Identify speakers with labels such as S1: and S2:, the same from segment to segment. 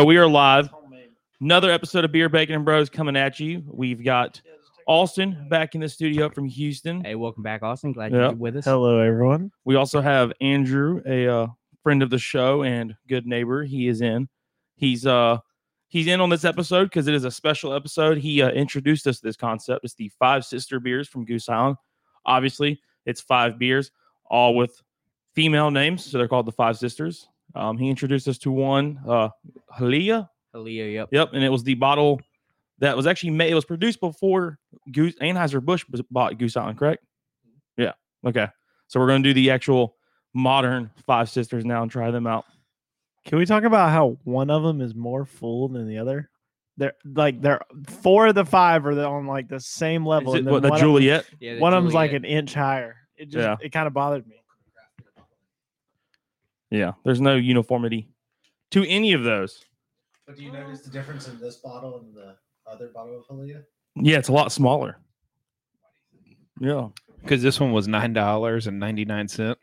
S1: So we are live. Another episode of Beer Bacon and Bros coming at you. We've got Austin back in the studio from Houston.
S2: Hey, welcome back, Austin. Glad
S1: Yeah.
S2: you're with us.
S3: Hello, everyone.
S1: We also have Andrew, a uh, friend of the show and good neighbor. He is in. He's uh he's in on this episode because it is a special episode. He uh, introduced us to this concept. It's the Five Sister Beers from Goose Island. Obviously, it's five beers, all with female names, so they're called the Five Sisters. Um, he introduced us to one, uh, Halia.
S2: Aaliyah, yep.
S1: Yep, and it was the bottle that was actually made. It was produced before Goose Anheuser Busch bought Goose Island, correct? Yeah. Okay. So we're gonna do the actual modern Five Sisters now and try them out.
S3: Can we talk about how one of them is more full than the other? They're like they're four of the five are on like the same level.
S1: Is it
S3: and then
S1: what, the
S3: one, of,
S1: Juliet?
S2: Yeah, the
S3: one of them's like
S2: Juliet.
S3: an inch higher. It just
S1: Yeah.
S3: it kind of bothered me.
S1: yeah. There's no uniformity to any of those.
S4: But do you notice the difference in this bottle and the other bottle of Halia?
S1: Yeah, it's a lot smaller. Yeah.
S5: because this one was nine dollars and ninety nine cent.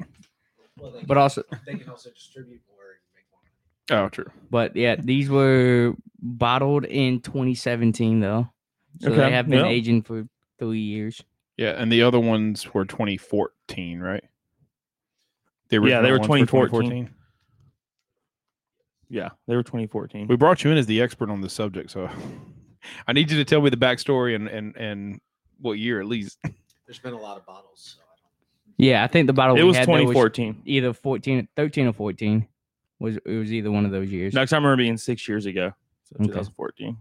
S4: Well, they
S2: But also,
S4: can, they can also distribute more and make more.
S5: Oh, true.
S2: but yeah, these were bottled in 2017 though, so
S1: Okay,
S2: they have been
S1: yeah.
S2: aging for three years.
S5: Yeah, and the other ones were twenty fourteen, right? They
S1: Yeah, they were 2014. Yeah. They were 2014.
S5: We brought you in as the expert on the subject, so I need you to tell me the backstory and and and what year at least.
S4: There's been a lot of bottles, so I don't.
S2: Yeah, I think the bottle
S1: it
S2: we
S1: was
S2: had, though,
S1: 2014.
S2: either 14, 13 or 14 was it was either one of those years.
S1: Next time I remember being six years ago. So
S2: Okay.
S1: 2014.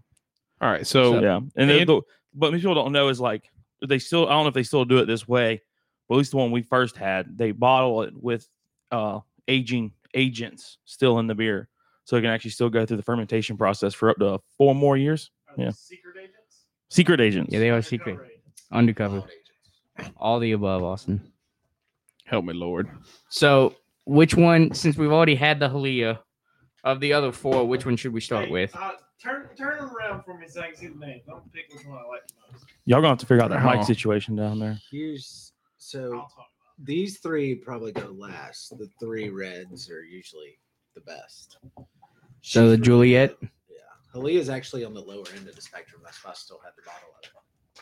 S5: All right, so
S1: yeah, and the,
S5: and-
S1: the, but people don't know is like they still. I don't know if they still do it this way, but at least the one we first had, they bottle it with uh aging agents still in the beer, so it can actually still go through the fermentation process for up to four more years. they Yeah.
S4: Secret agents.
S1: Secret agents.
S2: Yeah, they are secret, undercover, all the above, Austin.
S5: help me, Lord.
S2: So, which one? Since we've already had the Halia, of the other four, which one should we start with?
S3: uh, turn turn them around for me so I can see the name. Don't pick which one I like most.
S1: Y'all gonna have to figure out that mic
S5: Oh.
S1: situation down there.
S4: Here's so these three probably go last. The three reds are usually the best.
S2: So the
S4: She's really
S2: Juliet?
S4: good. Yeah, Halia is actually on the lower end of the spectrum. That's why I still had the bottle of it.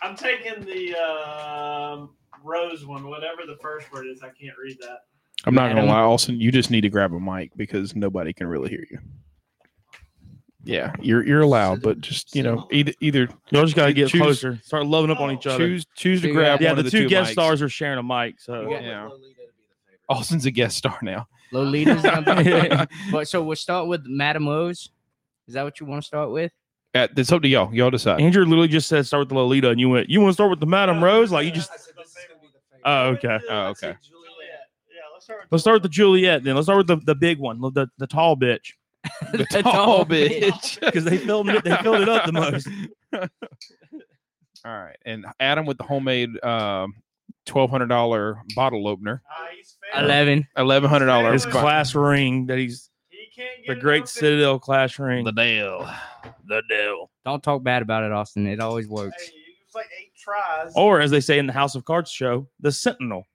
S3: I'm taking the um, rose one, whatever the first word is. I can't read that.
S5: I'm not gonna
S2: Adam?
S5: lie, Austin. You just need to grab a mic because nobody can really hear you. Yeah, you're you're allowed, but just you know, either either
S1: Y'all just gotta get
S5: Choose-
S1: closer. Start loving up on each other.
S5: choose choose to
S2: Figure
S5: grab
S2: out-
S1: yeah,
S5: one
S1: the,
S5: of the
S1: two, guest
S5: mics.
S1: stars are sharing a mic, so
S4: Well,
S5: Oh,
S4: with
S5: yeah. Oh.
S4: Lolita to be the favorite.
S5: Austin's a guest star now.
S2: Lolita's number. but so we'll start with Madame O's. Is that what you want to start with?
S5: At, it's up to y'all. Y'all decide.
S1: Andrew literally just said start with the Lolita, and you went, you want to start with the Madame Rose? Like you just,
S4: I said this is gonna be the favorite.
S1: oh okay.
S5: Oh, okay.
S4: Juliet.
S3: Yeah, let's start.
S1: Let's start with the Juliet then. Let's start with the, the big one, the, the tall bitch,
S5: The
S2: That's all,
S5: tall
S2: bitch.
S5: Oh, bitch.
S1: because they filmed it. They filled it up the most.
S5: All right, and Adam with the homemade um, twelve hundred dollar bottle opener,
S3: Ah,
S2: Eleven.
S5: eleven hundred dollar
S1: His
S3: Fair.
S1: class ring that he's the Great Citadel class ring.
S5: Dale.
S1: The deal.
S2: Don't talk bad about it, Austin. It always works.
S3: It's like eight tries.
S1: Or as they say in the House of Cards show, the Sentinel,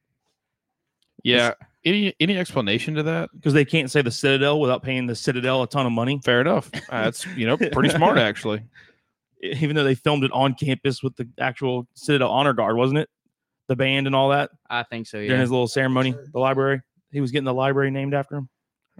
S5: Yeah. Any any explanation to that?
S1: because they can't say the Citadel without paying the Citadel a ton of money,
S5: Fair enough. Uh, That's you know pretty smart actually.
S1: e-, even though they filmed it on campus with the actual Citadel Honor Guard, wasn't it? The band and all that
S2: I think so.
S1: during
S2: Yeah.
S1: his little ceremony, the library. He was getting the library named after him.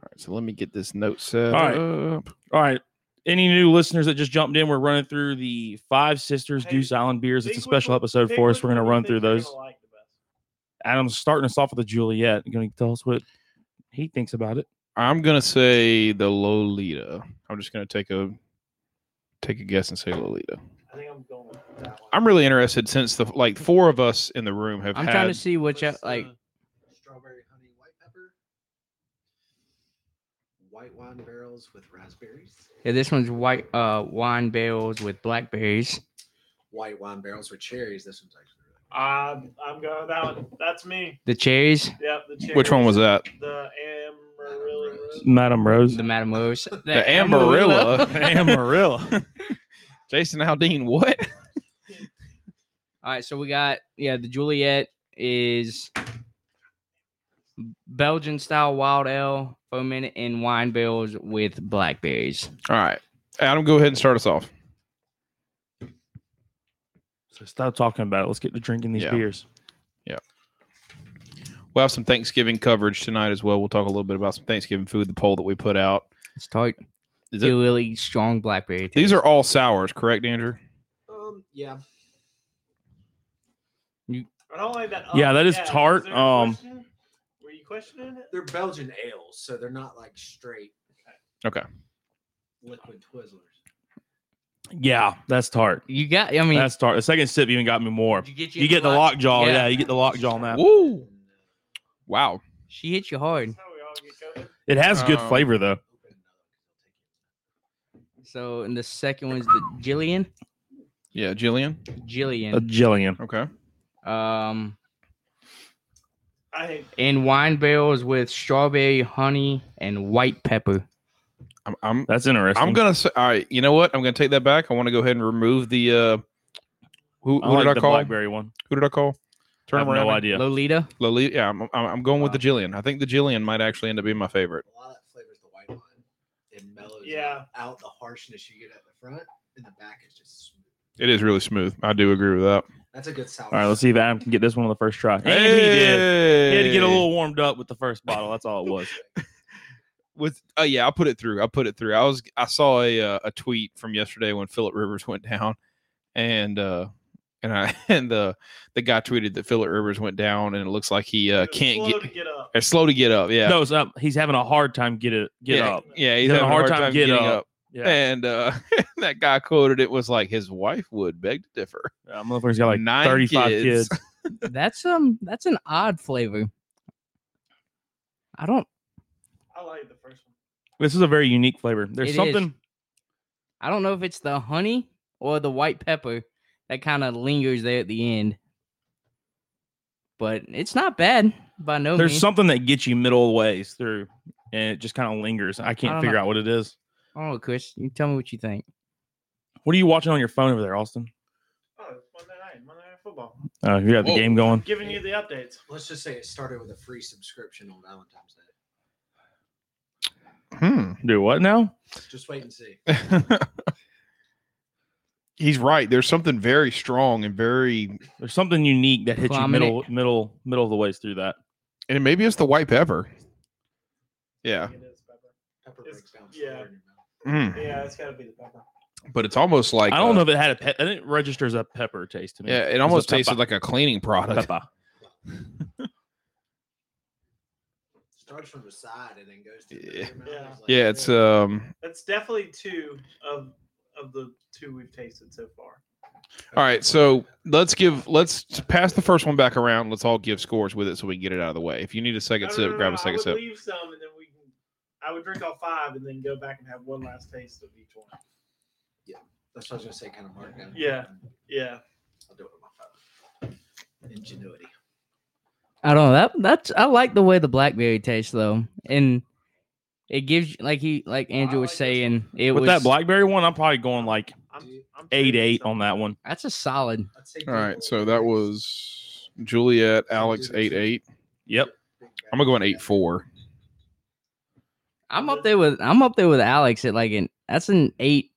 S5: All right, so let me get this note set
S1: All right.
S5: up.
S1: All right. Any new listeners that just jumped in, we're running through the Five Sisters
S3: Hey,
S1: Goose Island beers. It's a
S3: Think
S1: special
S3: which-
S1: episode
S3: think
S1: for us.
S3: which
S1: We're going to
S3: one you
S1: run
S3: think
S1: through
S3: you're gonna
S1: those.
S3: like the best.
S1: Adam's starting us off with a Juliet. Going to tell us what he thinks about it.
S5: I'm gonna say the Lolita. I'm just gonna take a take a guess and say Lolita.
S3: I think I'm going with that one.
S5: I'm really interested since the like four of us in the room have
S2: I'm
S5: had
S2: trying to see which I,
S4: What's uh,
S2: like.
S4: the strawberry honey white pepper, white wine barrels with raspberries,
S2: Yeah, this one's white uh wine barrels with blackberries.
S4: white wine barrels with cherries. This one's actually really
S3: I'm, I'm going with that one. That's me.
S2: The cherries,
S3: Yeah. The cherries.
S5: which one was that?
S3: The Amarillo. Rose.
S1: Madame Rose.
S2: the Madame O's, the,
S5: The Amarilla.
S1: Amarillo.
S5: Jason Aldean, what?
S2: All right, so we got yeah, the Juliet is Belgian style wild ale Bowman and wine bills with blackberries.
S5: All right. Adam, go ahead and start us off.
S1: So stop talking about it. Let's get to drinking these
S5: Yeah.
S1: beers.
S5: We'll have some Thanksgiving coverage tonight as well. We'll talk a little bit about some Thanksgiving food, the poll that we put out.
S2: Let's start.
S5: Is it-
S2: Really strong blackberry.
S5: These
S2: taste.
S5: are all sours, correct, Andrew?
S4: Um, yeah.
S6: I don't like that.
S1: Yeah, that is
S6: yeah,
S1: tart.
S6: there a
S1: Um,
S6: question? were you questioning it?
S4: They're Belgian ales, so they're not like straight.
S5: Okay.
S4: Liquid Twizzlers.
S1: Yeah, that's tart.
S2: You got. I mean,
S1: That's tart. The second sip even got me more.
S2: did you get,
S1: You get the lockjaw.
S2: Yeah.
S1: Yeah. you get the lockjaw on that.
S5: Woo!
S4: uh,
S5: Wow.
S2: She hit you hard.
S6: That's how we all get COVID.
S1: It has good
S5: Um,
S1: flavor though.
S2: So, and the second one's the Jillian.
S5: Yeah, Jillian.
S1: A
S2: Jillian.
S1: Jillian.
S5: Okay.
S2: Um,
S6: I hate
S2: and wine barrels with strawberry, honey, and white pepper.
S5: I'm I'm,
S1: That's interesting.
S5: I'm gonna say all right, you know what? I'm gonna take that back. I want to go ahead and remove the uh who,
S1: I
S5: who
S1: like
S5: did I
S1: the
S5: call?
S1: blackberry one.
S5: Who did I call?
S1: I
S5: Turn
S1: have
S5: them around.
S1: no idea.
S2: Lolita.
S5: Lolita. Yeah, I'm, I'm, I'm going with the Jillian. I think the Jillian might actually end up being my favorite.
S4: A lot of that flavors the white wine. It mellows
S6: Yeah.
S4: out the harshness you get at the front, and the back is just smooth.
S5: It is really smooth. I do agree with that.
S4: That's a good sour.
S1: All right, let's see if Adam can get this one on the first try. And he did. He had to get a
S5: Hey!
S1: little warmed up with the first bottle. That's all it was.
S5: with oh yeah, I put it through. I put it through. I was I saw a uh, a tweet from yesterday when Philip Rivers went down, and uh and I and the the guy tweeted that Philip Rivers went down, and it looks like he uh,
S6: it.
S5: can't
S6: Slow
S5: get.
S6: to get up.
S5: It's slow to get up. Yeah.
S1: No, it's not. He's having a hard time get it, get
S5: yeah,
S1: up.
S5: Yeah, he's, having a hard, time, getting up.
S1: Yeah.
S5: And uh, that guy quoted it was like his wife would beg to differ.
S1: Yeah, motherfucker's got like
S5: Nine
S1: 35
S5: kids.
S1: kids.
S2: That's um. That's an odd flavor. I don't.
S6: I like the first one.
S1: This is a very unique flavor. There's
S2: It is.
S1: something.
S2: I don't know if it's the honey or the white pepper that kind of lingers there at the end. But it's not bad by no
S1: There's
S2: means.
S1: something that gets you middle ways through, and it just kind of lingers. I can't
S2: I don't
S1: figure out what it is.
S2: I don't know, Chris. You tell me what you think.
S1: What are you watching on your phone over there, Austin?
S6: Oh, it's Monday night, Monday night football.
S1: Uh, you got the
S5: Whoa.
S1: game going.
S6: Giving you the updates.
S4: Let's just say it started with a free subscription on Valentine's Day.
S5: Hmm.
S1: Do what now?
S4: Just wait and see.
S5: he's right. There's something very strong and very,
S1: There's something unique that hits you middle,
S2: Prominent.
S1: middle, middle of the ways through that.
S5: and maybe it's the white pepper. Yeah.
S6: It is pepper.
S4: Pepper
S6: It's-
S4: breaks down.
S6: yeah.
S4: slower in your mouth.
S5: Mm.
S6: Yeah, it's got to be the pepper.
S5: But it's almost like
S1: I don't
S5: uh,
S1: know if it had a. Pe- I think it registers a pepper taste to me.
S5: Yeah, it
S1: was a
S5: almost
S1: pepper.
S5: tasted like a cleaning product.
S1: pepper.
S4: Starts from the side and then goes to
S5: Yeah.
S4: the
S6: Yeah.
S5: Yeah, it's um.
S6: That's definitely two of of the two we've tasted so far.
S5: All right, so let's give let's pass the first one back around. Let's all give scores with it so we can get it out of the way. If you need a second
S6: No, no,
S5: sip,
S6: no, no,
S5: grab a
S6: I would
S5: second sip.
S6: Leave some, and then we can. I would drink all five, and then go back and have one last taste of each one.
S4: That's what I was gonna say, kind of mark down.
S6: Yeah. Yeah,
S4: I'll do it with my phone. Ingenuity.
S2: I don't know. That that's I like the way the blackberry tastes though. And it gives you- like he like Andrew was
S6: like this one.
S2: saying, it
S1: With
S2: was
S1: that blackberry one, I'm probably going like
S6: I'm, I'm
S1: eight
S6: craving
S1: eight
S6: something.
S1: on that one.
S2: that's a solid.
S4: I'd say
S5: All right,
S4: Google
S5: so that was Juliet, Alex, eight eight.
S1: Yep.
S4: Big Bang.
S5: I'm gonna go an eight four.
S2: I'm up there with I'm up there with Alex at like an that's an eight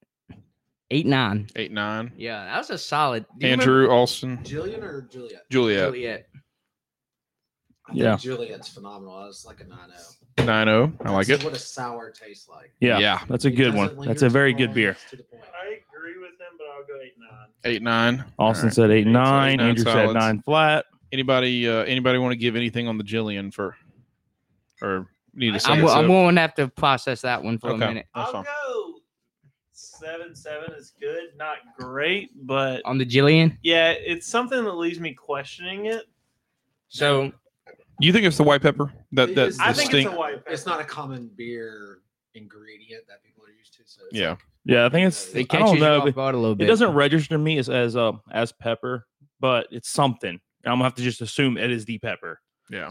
S2: eight nine.
S5: Eight nine.
S2: Yeah, that was a solid. Do you remember
S5: Andrew Alston,
S4: Jillian or Juliet?
S5: Juliet,
S2: Juliet?
S4: I think
S1: Yeah.
S4: Juliet's phenomenal. That's like a 9 0.
S5: nine zero. I like it.
S4: What a sour tastes like.
S1: Yeah,
S5: Yeah.
S1: that's a
S4: It
S1: good
S4: doesn't
S1: one.
S4: linger
S1: That's a very
S4: too
S1: good
S4: long,
S1: beer.
S4: it's to the point.
S6: I agree with him, but I'll go eight nine.
S5: Eight nine.
S1: Austin
S5: All right.
S1: said eight nine.
S5: nine
S1: Andrew
S5: solids.
S1: said nine flat.
S5: Anybody uh, anybody want to give anything on the Jillian for or need a
S4: I'm
S2: I'm,
S5: second
S2: go- I'm
S5: sip?
S2: going to have to process that one for
S5: Okay.
S2: a minute.
S5: That's
S6: I'll
S5: fine.
S6: go seven seven is good, not great, but
S2: On the Jillian.
S6: yeah, it's something that leaves me questioning it.
S2: So
S5: You think it's the white pepper? That that
S4: It's-
S6: I
S5: the
S6: think
S5: stink.
S6: it's a white.
S4: It's not a common beer ingredient that people are used to. So it's
S5: Yeah.
S4: like-
S1: Yeah, I think it's.
S4: They
S2: it
S1: I
S2: catches
S1: don't know.
S2: you
S1: but
S2: off guard a little
S1: It
S2: bit.
S1: doesn't register me as as uh, as pepper, but it's something. I'm gonna have to just assume it is the pepper.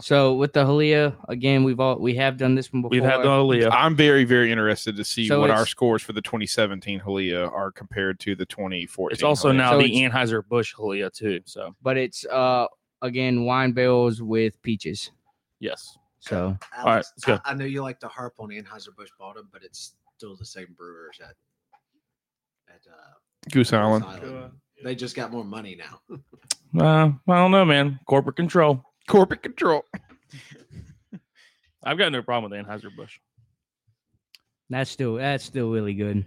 S2: So with the Halia again, we've all we have done this one before.
S1: We've had the Leo.
S5: I'm very, very interested to see
S2: So
S5: what our
S2: it's-
S5: scores for the 2017 Halia are compared to the 2014.
S1: It's also
S5: Helia.
S1: now
S2: So
S1: the
S2: it's-
S1: Anheuser Busch Halia too. So
S2: but it's uh again wine barrels with peaches.
S1: yes,
S2: So
S4: Alex,
S1: right, let's go.
S4: I, I know you like to harp on Anheuser-Busch Baldwin, but it's still the same brewers at at uh,
S5: Goose Island.
S4: Goose
S6: Uh,
S4: Island. They just got more money now.
S1: Uh, I don't know, man. Corporate control.
S5: Corporate control.
S1: I've got no problem with Anheuser Busch.
S2: that's still that's still really good.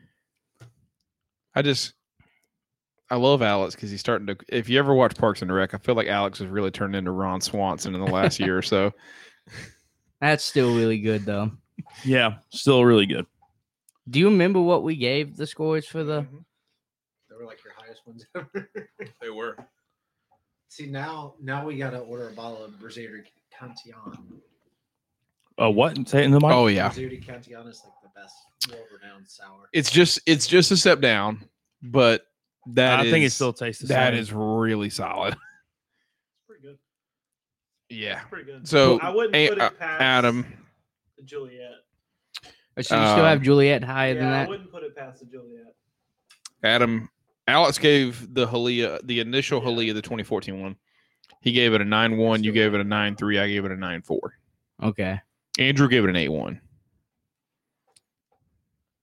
S5: I just I love Alex because he's starting to. If you ever watch Parks and Rec, I feel like Alex has really turned into Ron Swanson in the last year or so.
S2: That's still really good though.
S1: Yeah, still really good.
S2: Do you remember what we gave the scores for the?
S6: mm-hmm.
S4: They were like your highest ones ever.
S5: They were.
S4: See now, now we gotta order a bottle of Brazier Cantillon.
S1: Uh, what? Say it in the mic.
S5: Oh yeah,
S4: Brazier Cantillon is like the best, world-renowned sour.
S5: it's just it's just a step down, but that
S1: I think it
S5: is-
S1: still tastes the
S5: that
S1: same.
S5: is really solid.
S6: It's pretty good.
S5: Yeah.
S6: It's pretty good.
S5: So
S6: I wouldn't
S5: A-
S6: put
S5: uh,
S6: it past
S5: Adam,
S6: the Juliet.
S2: Or should you still have
S5: Um,
S2: Juliet higher
S6: Yeah,
S2: than
S6: I
S2: that?
S6: wouldn't put it past the Juliet.
S5: Adam, Alex gave the Halia the initial
S6: Yeah.
S5: Halia the 2014 one. He gave it a nine one. You gave it a nine three. I gave it a nine four.
S2: Okay.
S5: Andrew gave it an eight one.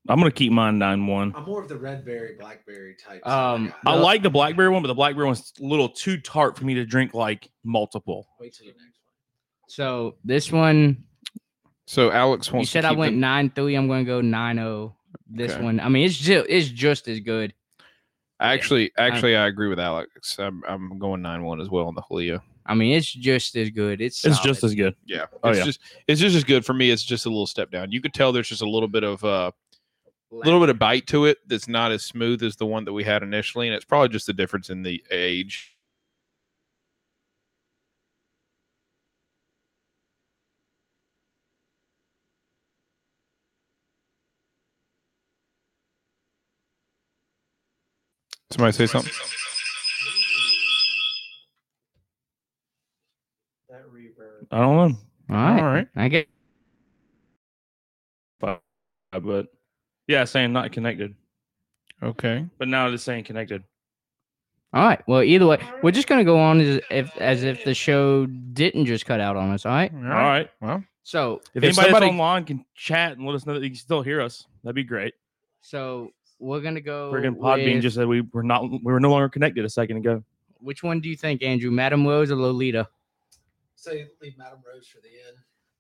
S1: I'm gonna keep mine nine one.
S4: I'm more of the red berry, blackberry type.
S2: Um,
S1: I
S2: Yeah.
S1: like the blackberry one, but the blackberry one's a little too tart for me to drink like multiple.
S4: Wait till your next one.
S2: So this one,
S5: So Alex
S2: you
S5: wants.
S2: said
S5: to
S2: I
S5: keep
S2: went
S5: the-
S2: nine three. I'm going to go nine zero. This
S5: Okay.
S2: one, I mean, it's just it's just as good.
S5: Actually, actually, I agree with Alex. I'm, I'm going nine one as well on the Halia.
S2: I mean, it's just as good. It's
S1: It's just as good.
S5: Yeah, it's
S1: Oh, yeah.
S5: just it's just as good for me. It's just a little step down. You could tell there's just a little bit of uh, little bit of bite to it that's not as smooth as the one that we had initially, and it's probably just the difference in the age. Somebody say something.
S6: That reverb.
S1: I don't know,
S2: All right.
S5: All right.
S2: I get
S1: Uh, but yeah, saying not connected,
S5: Okay.
S1: but now it is saying connected.
S2: all right. Well, either way, we're just gonna go on as if as if the show didn't just cut out on us. All right.
S5: All
S1: All right.
S5: Well,
S2: So
S1: If,
S5: If
S1: anybody that's
S5: somebody-
S1: online can chat and let us know that you can still hear us, that'd be great.
S2: so we're gonna go.
S1: Friggin' Podbean
S2: with-
S1: just said we were not we were no longer connected a second ago.
S2: Which one do you think, Andrew? Madame Rose or Lolita?
S4: Say leave Madame Rose for the end.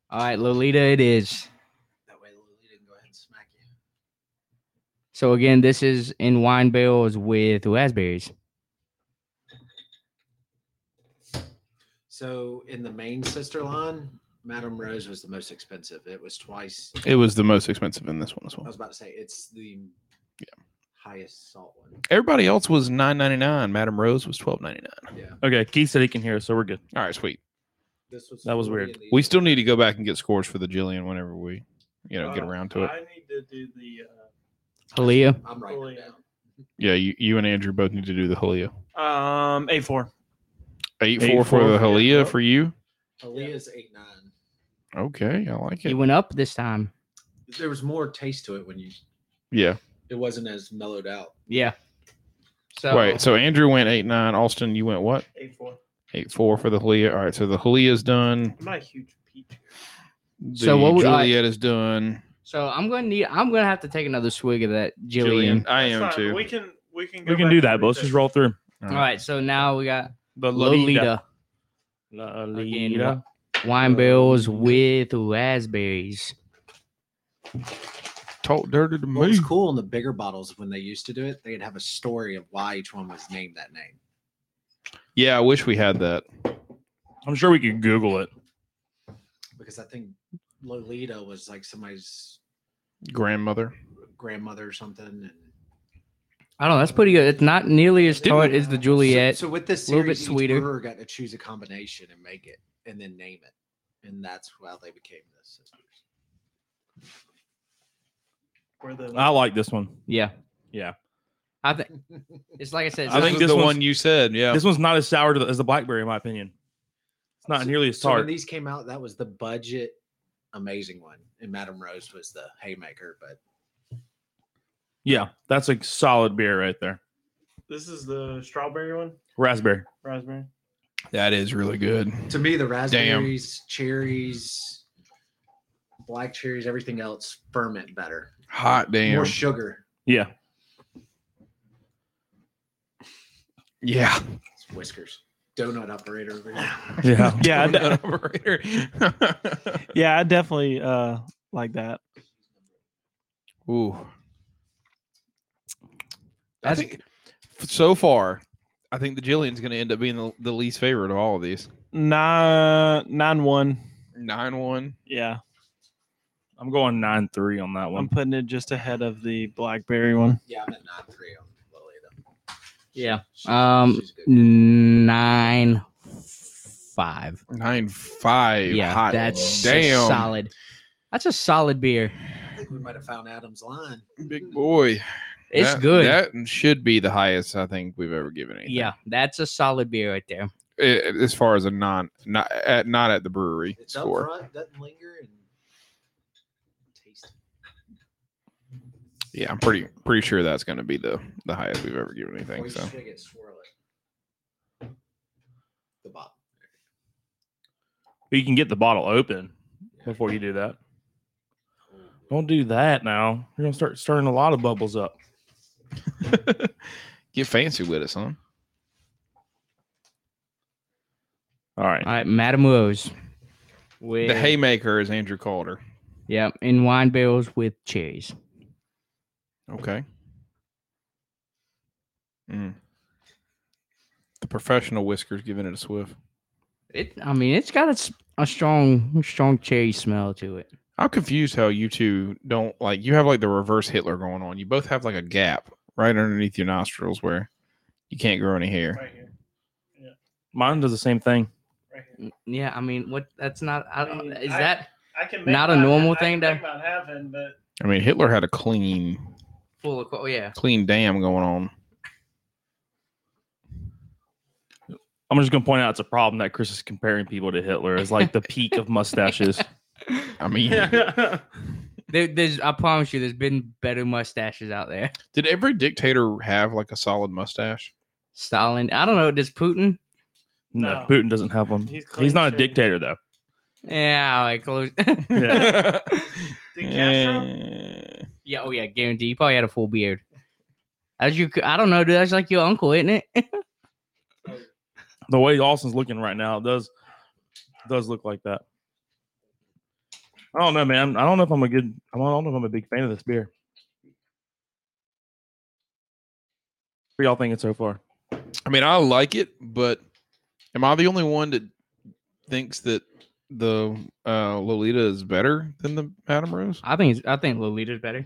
S2: All right, Lolita, it is.
S4: That way Lily didn't go ahead and smack you.
S2: So again, this is in wine barrels with raspberries.
S4: So in the main sister line, Madame Rose was the most expensive. It was twice.
S5: it was the most expensive in this one as
S4: I
S5: well.
S4: was about to say it's the highest salt one.
S5: Everybody else was nine ninety nine. Madame Rose was twelve ninety nine.
S4: Yeah,
S1: Okay, Keith said he can hear us, so we're good.
S5: All right, sweet.
S4: this was
S1: That was
S4: 40
S1: weird.
S4: and the
S5: We
S4: other
S5: still
S4: one-
S5: need to go back and get scores for the Jillian whenever we, you know, get
S6: Uh,
S5: around to it.
S6: I need to do the.
S2: Aaliyah.
S4: I'm writing it
S6: Julia.
S4: down.
S5: Yeah, you, you and Andrew both need to do the Halia.
S6: Uh, um, A four.
S5: Eight
S1: Eight
S5: four for
S1: four.
S5: the Halia for you.
S4: Aaliyah's eight nine.
S5: Okay, I like
S2: He
S5: it.
S2: went up this time.
S4: There was more taste to it when you.
S5: Yeah.
S4: It wasn't as mellowed out.
S2: Yeah. So
S5: Wait. So Andrew went eight nine. Austin, you went what?
S6: A four.
S5: Eight four for the Halia. All right. So the Halia's done.
S6: I'm not a huge peach.
S5: The
S2: So what would I-
S5: Juliet is done.
S2: so I'm gonna need I'm gonna have to take another swig of that Jillian.
S5: Jillian, I
S6: That's
S5: am
S6: fine.
S5: too.
S6: We can we can go
S1: We can
S6: back
S1: do
S6: and
S1: that, but let's
S6: redo
S1: just
S6: it.
S1: roll through.
S2: All
S5: All right.
S2: right, so now we got
S1: The
S2: Lolita, Again,
S1: Lolita.
S2: wine barrels with raspberries.
S5: Talk dirty to
S4: What
S5: me.
S4: was cool in the bigger bottles when they used to do it, they'd have a story of why each one was named that name.
S5: Yeah, I wish we had that.
S1: I'm sure we could Google it.
S4: Because I think Lolita was like somebody's
S5: Grandmother.
S4: grandmother or something. And
S2: I don't know, that's pretty good. It's not nearly as tart as the Juliet.
S4: So, so with this
S2: a little bit
S4: series,
S2: sweeter.
S4: each brewer got to choose a combination and make it, and then name it, and that's how they became the sisters.
S6: Where the
S1: I like this one.
S2: yeah.
S1: Yeah.
S2: I think it's like I said,
S1: I
S5: I
S2: it's
S1: think
S5: think
S1: this
S5: the
S1: one's-
S5: one you said. Yeah.
S1: This one's not as sour to the, as the blackberry, in my opinion. It's not nearly as
S4: So when
S1: tart.
S4: these came out, that was the budget amazing one, and Madame Rose was the haymaker. But
S1: yeah, that's a solid beer right there.
S6: this is the strawberry one,
S1: Raspberry.
S6: raspberry.
S5: that is really good.
S4: to me, the raspberries, cherries, black cherries, everything else ferment better.
S5: Hot damn.
S4: More sugar.
S1: Yeah.
S5: Yeah.
S4: It's whiskers. Donut operator over here.
S1: Yeah. Yeah. I d-
S5: Donut operator.
S3: Yeah, I definitely uh like that.
S5: Ooh. I
S2: That's-
S5: think f- so far, I think the Jillian's going to end up being the, the least favorite of all of these.
S3: Nine nine one.
S5: Nine one.
S3: Yeah,
S1: I'm going nine three on that
S3: I'm
S1: one.
S3: putting it just ahead of the blackberry one.
S4: Yeah, I'm at nine three on Lily though.
S2: Yeah.
S4: She's-
S2: Um,
S4: she's a good girl.
S2: nine five.
S5: Nine five.
S2: Yeah,
S5: Hot
S2: that's a
S5: damn
S2: solid. That's a solid beer.
S4: I think we might have found Adam's line.
S5: big boy.
S2: It's
S5: That-
S2: good.
S5: That should be the highest I think we've ever given anything.
S2: yeah, that's a solid beer right there.
S5: I- as far as a non not at not at the brewery
S4: It's up
S5: score.
S4: front, doesn't linger, and tasty.
S5: Yeah, I'm pretty pretty sure that's going to be the the highest we've ever given anything.
S4: we
S5: So
S4: just gotta get swirl it. The bottom.
S1: You can get the bottle open before you do that. Don't do that now. You're gonna start stirring a lot of bubbles up.
S5: get fancy with it, son.
S1: All right.
S2: All right, Madame Rose. With
S5: The haymaker is Andrew Calder.
S2: yeah, in wine barrels with cherries.
S5: Okay. Mm. The professional whiskers giving it a swift.
S2: It. I mean, it's got a, s- a strong, strong cherry smell to it.
S5: I'm confused how you two don't like you have like the reverse Hitler going on. You both have like a gap right underneath your nostrils where you can't grow any hair.
S6: Right here.
S1: Mine does the same thing.
S6: Right here.
S2: N- Yeah, I mean, what? That's not. I
S6: I
S2: don't.
S6: mean,
S2: Is
S6: I-
S2: that
S6: I can
S2: Not a
S6: mine-
S2: normal
S6: I can
S2: thing to-
S6: Think about having, but
S5: I mean, Hitler had a clean
S2: full of? co- Oh yeah.
S5: clean dam going on.
S1: I'm just gonna point out it's a problem that Chris is comparing people to Hitler as like the peak of mustaches.
S5: I mean,
S2: There, there's. I promise you, there's been better mustaches out there.
S5: did every dictator have like a solid mustache?
S2: Stalin. I don't know. Does Putin?
S1: No,
S6: No.
S1: Putin doesn't have one.
S6: He's
S1: He's,
S6: clean
S1: not a
S6: shaven.
S1: dictator though.
S2: Yeah, like close.
S1: Yeah.
S6: De Castro,
S5: Eh,
S2: yeah. Oh yeah, guarantee. You probably had a full beard. As you, I don't know, dude. That's like your uncle, isn't it?
S1: the way Austin's looking right now it does does look like that. I don't know, man. I don't know if I'm a good. I don't know if I'm a big fan of this beer. What y'all thinking so far?
S5: I mean, I like it, but am I the only one that thinks that the uh, Lolita is better than the Adam Rose?
S2: I think. It's, I think Lolita's better.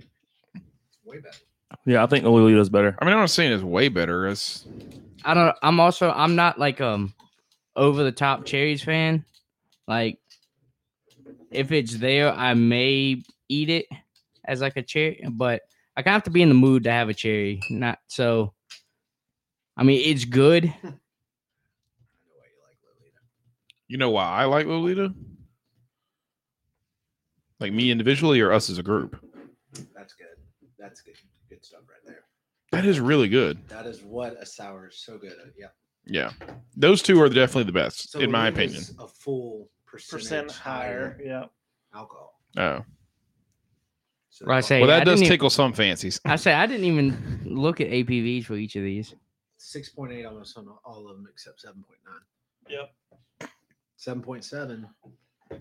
S4: It's way better.
S1: Yeah, I think the Lolita's better.
S5: I mean, I'm not saying it's way better. It's
S2: I don't. I'm also. I'm not like um over the top cherries fan. Like, if it's there, I may eat it as like a cherry, but I kind of have to be in the mood to have a cherry. Not so. I mean, it's good.
S4: I know why you like Lolita.
S5: you know why I like Lolita, like me individually or us as a group.
S4: That's good. That's good. Good stuff right there.
S5: That is really good.
S4: That is what a sour is so good at. Yeah.
S5: Yeah, those two are definitely the best
S4: So
S5: in my opinion.
S4: Lolita's a full percentage
S3: Percent higher. Yeah.
S4: alcohol.
S5: Oh,
S4: So
S2: Right, I say.
S5: well,
S2: I
S5: that does
S2: didn't e- even-
S5: tickle some fancies.
S2: I say I didn't even look at APVs for each of these.
S4: six point eight almost on all of them except seven point nine.
S6: Yep.
S4: Seven point seven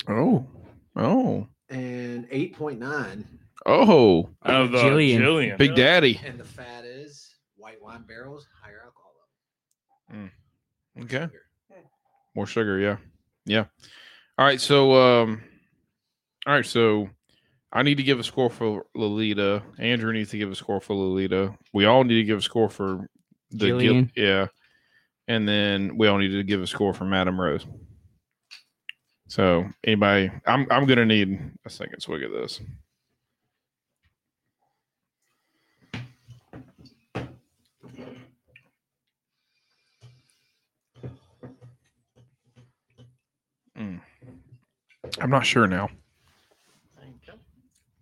S5: Oh, oh,
S4: and eight point nine.
S5: oh,
S1: Oh, the
S2: Jillian.
S1: Jillian.
S5: Big Daddy.
S4: And the fat is white wine barrels, higher alcohol level.
S5: Okay.
S4: Sugar.
S5: More sugar, yeah. Yeah. All right, so um all right, so I need to give a score for Lolita. Andrew needs to give a score for Lolita. We all need to give a score for the Gil-
S2: Jillian.
S5: yeah. And then we all need to give a score for Madame Rose. So anybody I'm I'm gonna need a second swig of this. Mm. I'm not sure now.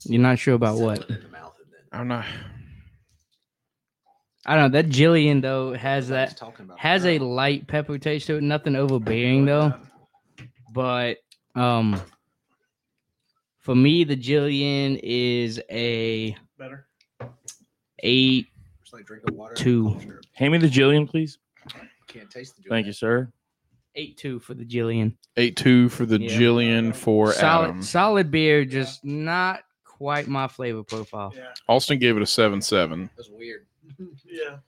S2: You're not sure about what?
S4: Settling In the mouth and then
S5: I'm not
S2: I don't know. That Jillian though has
S4: Everybody's
S2: that
S4: talking about
S2: has a
S4: brown.
S2: light pepper taste to it. Nothing overbearing though. But um For me, the Jillian is a
S6: Better.
S2: eight.
S4: Just like drinking water. and
S2: Two.
S4: cough syrup.
S1: Hand me the Jillian, please.
S4: Can't taste the. joy.
S1: Thank you, sir.
S2: Eight two for the Jillian.
S5: Eight two for the
S2: Yeah.
S5: Jillian for
S2: solid,
S5: Adam.
S2: solid beer, just not quite my flavor profile.
S6: Yeah.
S5: Austin gave it a seven seven.
S4: That's weird.
S6: Yeah.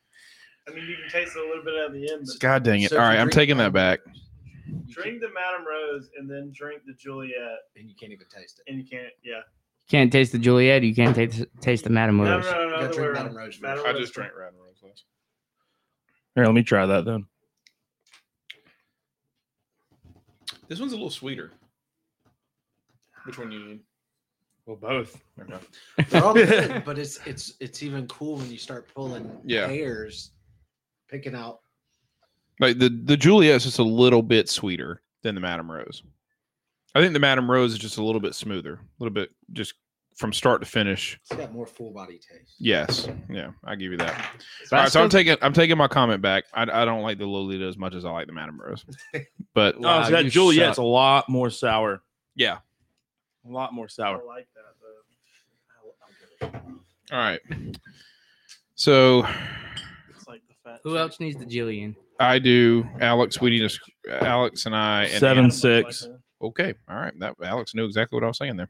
S6: I mean, you can taste it a little bit at the end, but
S5: God dang it!
S4: So if
S5: All right,
S4: you
S5: I'm
S4: drink
S5: taking that
S4: Madame
S5: back.
S4: Rose, you can't-
S6: drink the Madame Rose and then drink the Juliet,
S4: and you can't even taste it.
S6: and you can't. Yeah.
S2: Can't taste the Juliet. You can't taste taste the Madame
S6: No, no,
S2: Rose.
S6: no, no,
S4: You gotta
S6: other way
S4: drink
S6: around.
S4: Madame Rose.
S6: Madame
S4: first.
S6: Rose first.
S5: Ryan Rose.
S1: Here, let me try that then.
S5: This one's a little sweeter. Which one you need?
S1: Well, both.
S4: They're all good, but it's it's it's even cool when you start pulling
S5: Yeah.
S4: hairs, picking out.
S5: Like the the Juliet's just a little bit sweeter than the Madame Rose. I think the Madame Rose is just a little bit smoother, a little bit just from start to finish.
S4: It's got more full body taste.
S5: Yes, yeah, I give you that. All right, so I'm taking I'm taking my comment back. I, I don't like the Lolita as much as I like the Madame Rose, but
S1: Oh,
S2: Wow,
S1: so that
S2: you
S1: Juliet's
S2: suck.
S1: a lot more sour.
S5: yeah.
S1: A lot more
S6: I
S1: sour.
S6: like that though.
S4: I'll- I'll give it.
S5: All right. So
S6: It's like the fat.
S2: Who else needs the Jillian?
S5: I do Alex. We need to, sc- Alex and I and
S1: Seven.
S5: Anna-
S1: six.
S5: Okay, all right. That Alex knew exactly what I was saying there.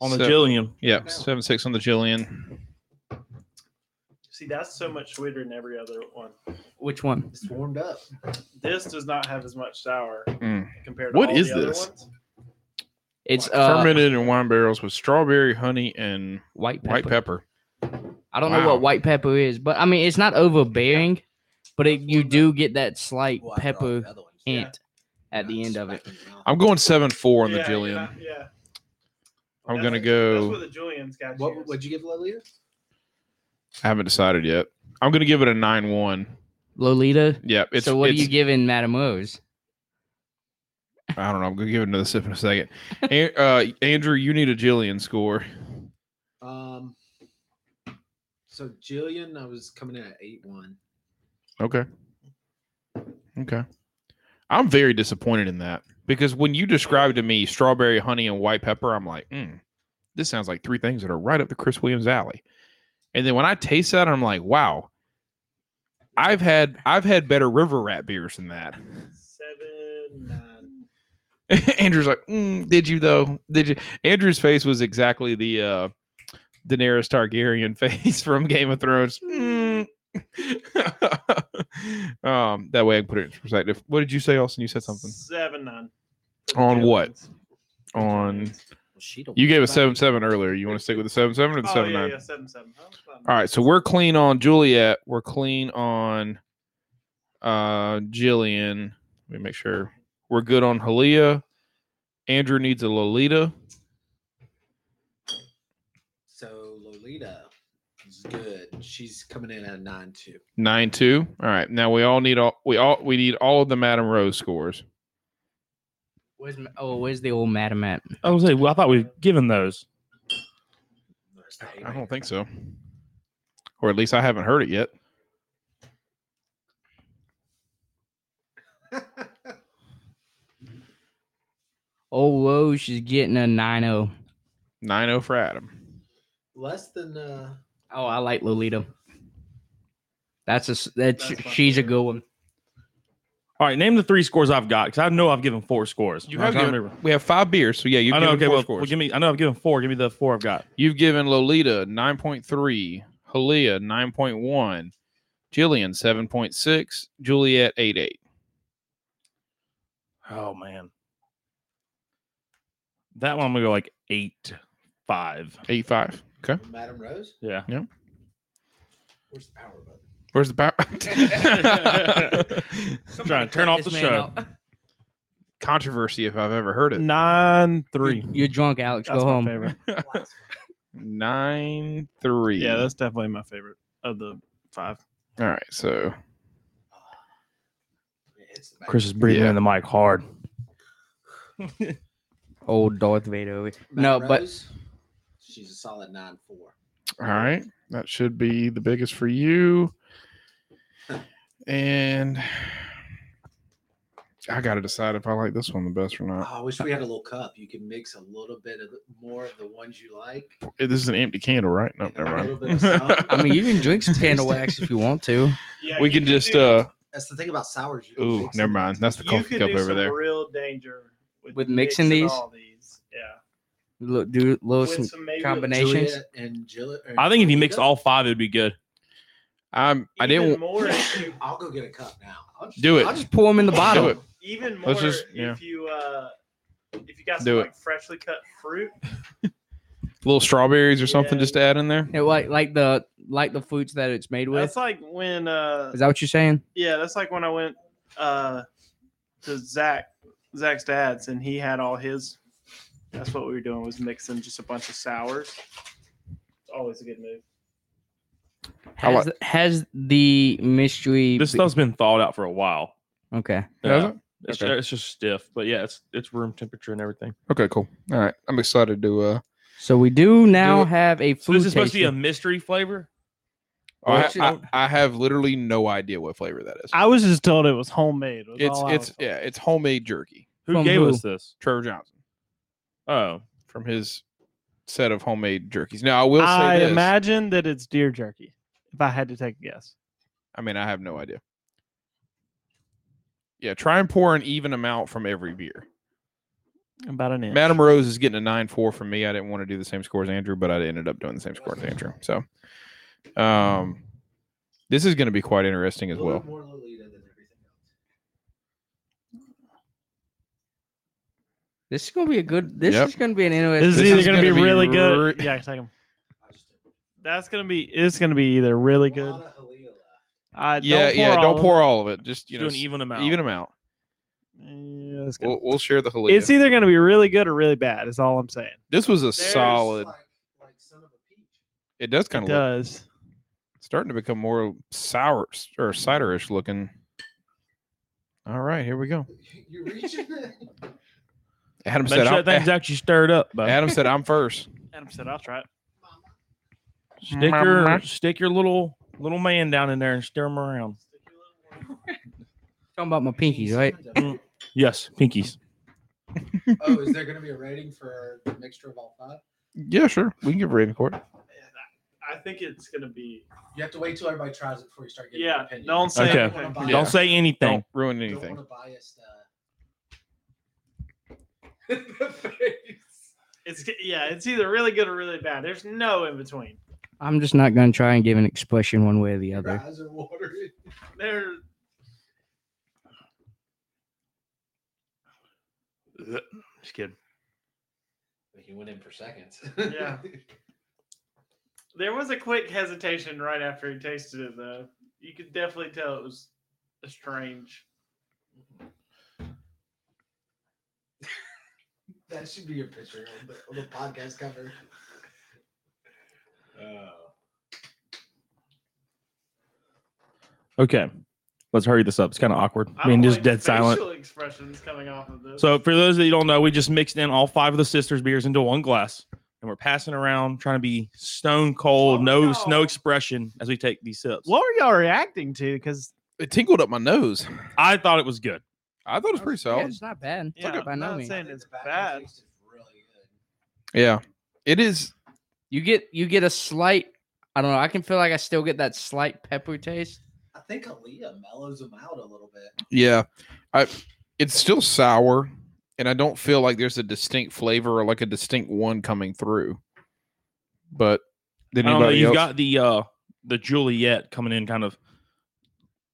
S1: On the
S5: So-
S1: Jillian.
S5: Yep, seven six on the Jillian.
S6: See, that's so much sweeter than every other one.
S2: Which one?
S4: It's warmed up.
S6: This does not have as much sour
S5: Mm.
S6: compared to
S5: What
S6: all
S5: is
S6: the other
S5: this?
S6: ones.
S2: It's uh,
S5: Fermented in wine barrels with strawberry, honey, and
S2: white pepper.
S5: white pepper.
S2: I don't know
S5: Wow.
S2: what white pepper is, but I mean it's not overbearing, but it, you do get that slight
S4: Well, after all
S2: pepper
S4: the other ones, yeah.
S2: hint at the end of it.
S4: Smack in your mouth.
S5: I'm going seven four on the
S6: Yeah, you're
S5: Jillian.
S6: not- yeah.
S5: I'm
S6: That's-
S5: gonna
S6: That's
S5: go-
S6: what the Julian's got. you
S4: What
S6: is.
S4: would you give Lolita?
S5: I haven't decided yet. I'm gonna give it a nine one.
S2: Lolita.
S5: Yep. It's,
S2: so what do
S5: it's-
S2: you giving Madame Rose?
S5: I don't know. I'm gonna give it another sip in a second. An- uh, Andrew, you need a Jillian score.
S4: Um. So Jillian, I was coming in at eight one.
S5: Okay. Okay. I'm very disappointed in that because when you described to me strawberry, honey, and white pepper, I'm like, mm, this sounds like three things that are right up the Chris Williams alley. And then when I taste that, I'm like, wow, I've had I've had better river rat beers than that.
S6: Seven nine.
S5: Andrew's like, mm, did you though? Did you? Andrew's face was exactly the uh, Daenerys Targaryen face from Game of Thrones. Mm. um, that way I can put it in perspective. What did you say, Austin? You said something
S6: Seven nine. for the
S5: On what?
S6: Julians.
S5: on.
S4: Well, she don't
S5: You gave a
S4: us
S5: seven seven earlier. You want to stick with the seven seven or the
S6: Oh,
S5: seven
S6: yeah,
S5: nine?
S6: yeah, seven seven. Oh, it's not
S5: All
S6: bad.
S5: right, so we're clean on Juliet. We're clean on uh Jillian. Let me make sure we're good on Halia. Andrew needs a Lolita.
S4: So Lolita is good. She's coming in at a nine two.
S5: Nine two. All right. Now we all need all we all we need all of the Madame Rose scores.
S2: Where's Ma- oh where's the old Madame at?
S1: I was like, well, I thought we've given those.
S4: There's the
S5: I
S4: haymaker.
S5: don't think so. Or at least I haven't heard it yet.
S2: Oh Rose, she's getting a nine zero.
S5: Nine oh for Adam.
S4: Less than uh
S2: Oh, I like Lolita. That's a s- that's,
S6: That's my
S2: she's a
S6: favorite.
S2: good one.
S1: All right, name the three scores I've got because I know I've given four scores.
S5: You
S1: I
S5: have
S1: can't
S5: given-
S1: remember.
S5: We have five beers, so yeah, you've
S1: I know. Okay,
S5: given four
S1: well,
S5: scores.
S1: well, give me. I know I've given four. Give me the four I've got.
S5: You've given Lolita nine point three, Halia nine point one, Jillian seven point six, Juliet eight eight.
S1: Oh man, that one I'm gonna go like eight five.
S5: Eight five. Okay.
S4: Madame Rose.
S1: Yeah.
S4: Where's the power button?
S5: Where's the power?
S1: trying to turn off the
S2: This man
S1: show.
S2: out.
S5: Controversy if I've ever heard it.
S3: Nine
S2: You're,
S3: three.
S2: you're drunk, Alex.
S3: That's
S2: Go
S3: my
S2: home.
S3: favorite.
S5: Nine three.
S3: Yeah, that's definitely my favorite of the five.
S5: all right. So
S4: It's the
S1: Chris is breathing
S5: Yeah.
S1: in the mic hard.
S2: Old Darth Vader. over here. No,
S4: Madame
S2: but
S4: Rose, she's a solid nine
S5: Uh,
S4: four.
S5: All right. That should be the biggest for you. And I gotta decide if I like this one the best or not.
S4: Oh, I wish we had a little cup. You could mix a little bit of the- more of the ones you like.
S5: Eh, This is an empty candle, right? No,
S4: and a
S5: never
S4: little bit
S5: mind.
S4: of sour.
S2: I mean, you can drink some candle wax if you want to.
S6: Yeah,
S5: we
S6: you
S5: can
S6: could
S5: just
S6: do-
S5: uh
S4: That's the thing about sours. You can
S5: ooh,
S4: mix
S5: never
S4: it.
S5: mind. That's the
S6: you
S5: coffee
S6: could
S5: cup
S6: do
S5: over
S6: some
S5: there.
S6: real danger
S2: With mixing these?
S6: all these. Yeah,
S2: Look, do little
S6: With
S2: some
S6: some maybe-
S2: combinations.
S4: Juliet and Jill- or
S1: I think if you mixed
S4: Juliet.
S1: all five, it would be good.
S5: I'm I
S6: even
S5: didn't
S6: more if you
S4: I'll go get a cup now. I'll just-
S5: do it.
S2: I'll just pour them in the
S5: Do
S2: bottle.
S5: it.
S6: even more
S5: Let's just- yeah.
S6: if you uh if you got some
S5: Do it.
S6: like freshly cut fruit.
S5: Little strawberries or something
S6: Yeah.
S5: just to add in there.
S2: Yeah, like like the like the foods that it's made with.
S6: That's like when uh
S2: Is that what you're saying?
S6: yeah, that's like when I went uh to Zach Zach's dad's and he had all his that's what we were doing was mixing just a bunch of sours. It's always a good move.
S5: I
S2: Has, has the mystery?
S1: This
S2: be-
S1: stuff's been thawed out for a while.
S2: okay.
S1: Yeah.
S5: Has it?
S1: It's,
S5: Okay.
S1: it's just stiff, but yeah, it's it's room temperature and everything.
S5: Okay, cool. All right. I'm excited to uh
S2: So we do now
S5: it.
S2: have a
S1: So
S2: food.
S1: this is supposed to be a
S2: tasting.
S1: mystery flavor.
S5: I,
S2: Well,
S5: I, I have literally no idea what flavor that is.
S3: I was just told it was homemade. was
S5: It's
S3: all I
S5: it's
S3: was told.
S5: yeah, it's homemade jerky
S1: Who
S2: From
S1: gave
S2: who?
S1: us this?
S5: Trevor Johnson
S1: Oh,
S5: from his set of homemade jerkies. Now I will say
S3: I
S5: this.
S3: imagine that it's deer jerky. If I had to take a guess,
S5: I mean, I have no idea. Yeah, try and pour an even amount from every beer.
S3: about an inch.
S5: Madame Rose is getting a nine four from me. I didn't want to do the same score as Andrew, but I ended up doing the same score as Andrew. So, um, this is going to be quite interesting
S4: A
S5: as
S4: little
S5: well.
S4: bit more Lolita than everything else.
S2: This is gonna be a good. This
S5: Yep.
S2: is gonna be an interesting.
S3: this,
S5: This
S3: is either
S5: is
S3: going to be
S5: gonna be
S3: really good.
S5: re-
S3: Yeah, take 'em.
S4: I just did
S3: That's going to be. It's going to be either really
S4: a
S3: good.
S4: lot of Jalea left.
S3: I
S5: yeah, yeah.
S3: all
S5: Don't
S3: of
S5: pour all of it. Just you
S1: do
S5: know,
S1: an
S5: even
S1: even amount.
S5: amount. Even amount.
S3: it. Yeah, it's, gonna-
S5: We'll, we'll share the Halea.
S3: it's either going to be really good or really bad. Is all I'm saying.
S5: this was a
S6: There's,
S5: solid.
S4: Like, like son of a peach.
S5: It does kind
S3: it
S5: of look
S3: does.
S5: starting to become more sour or ciderish looking. All right, here we go.
S4: You're reaching there.
S5: Adam
S1: Make
S5: said,
S1: sure
S5: I'm, eh,
S1: that thing's actually stirred up. bud.
S5: Adam said, I'm first.
S3: Adam said, "I'll try it."
S1: Stick your stick your little little man down in there and stir him around.
S2: talking about my pinkies, right?
S1: Mm. Yes, pinkies.
S4: oh, is there going to be a rating for the mixture of all five?
S5: Yeah, sure. We can give rating court.
S6: I think it's gonna be
S4: You have to wait till everybody tries it before you start getting.
S6: yeah.
S4: Your opinion.
S6: Don't say
S1: Okay.
S6: anything.
S4: Don't Yeah.
S1: Don't say anything.
S5: Don't ruin
S4: Don't
S5: anything.
S4: want a biased. Uh... the face.
S6: It's yeah, it's either really good or really bad. There's no in between.
S2: I'm just not gonna try and give an expression one way or the
S4: Your
S2: other.
S4: eyes are watering.
S6: There,
S1: Just kidding.
S4: He went in for seconds.
S6: Yeah. there was a quick hesitation right after he tasted it, though. You could definitely tell it was a strange.
S4: that should be your picture on the, on the podcast cover. Oh.
S1: Okay, let's hurry this up. It's kind of awkward. I
S6: don't
S1: mean, just
S6: like
S1: dead silent.
S6: facial Expressions coming off of this.
S1: So, for those that you don't know, we just mixed in all five of the sisters' beers into one glass, and we're passing around, trying to be stone cold,
S6: Oh,
S1: no,
S6: no.
S1: no expression as we take these sips.
S3: What were y'all reacting to? Because
S5: It tingled up my nose.
S1: I thought it was good.
S5: I thought it was pretty
S2: Yeah,
S5: solid.
S2: it's not bad.
S6: Yeah,
S2: Fuck it, by
S3: I'm
S2: no
S3: not
S2: means.
S3: saying-
S4: I think
S3: it's
S4: the back
S3: bad.
S4: taste is really good.
S5: Yeah. It is.
S2: You get you get a slight. I don't know. I can feel like I still get that slight pepper taste.
S4: I think Aaliyah mellows them out a little bit.
S5: Yeah. I it's still sour. And I don't feel like there's a distinct flavor or like a distinct one coming through. But did
S1: I don't know.
S5: anybody
S1: You've
S5: else?
S1: got the uh the Juliet coming in, kind of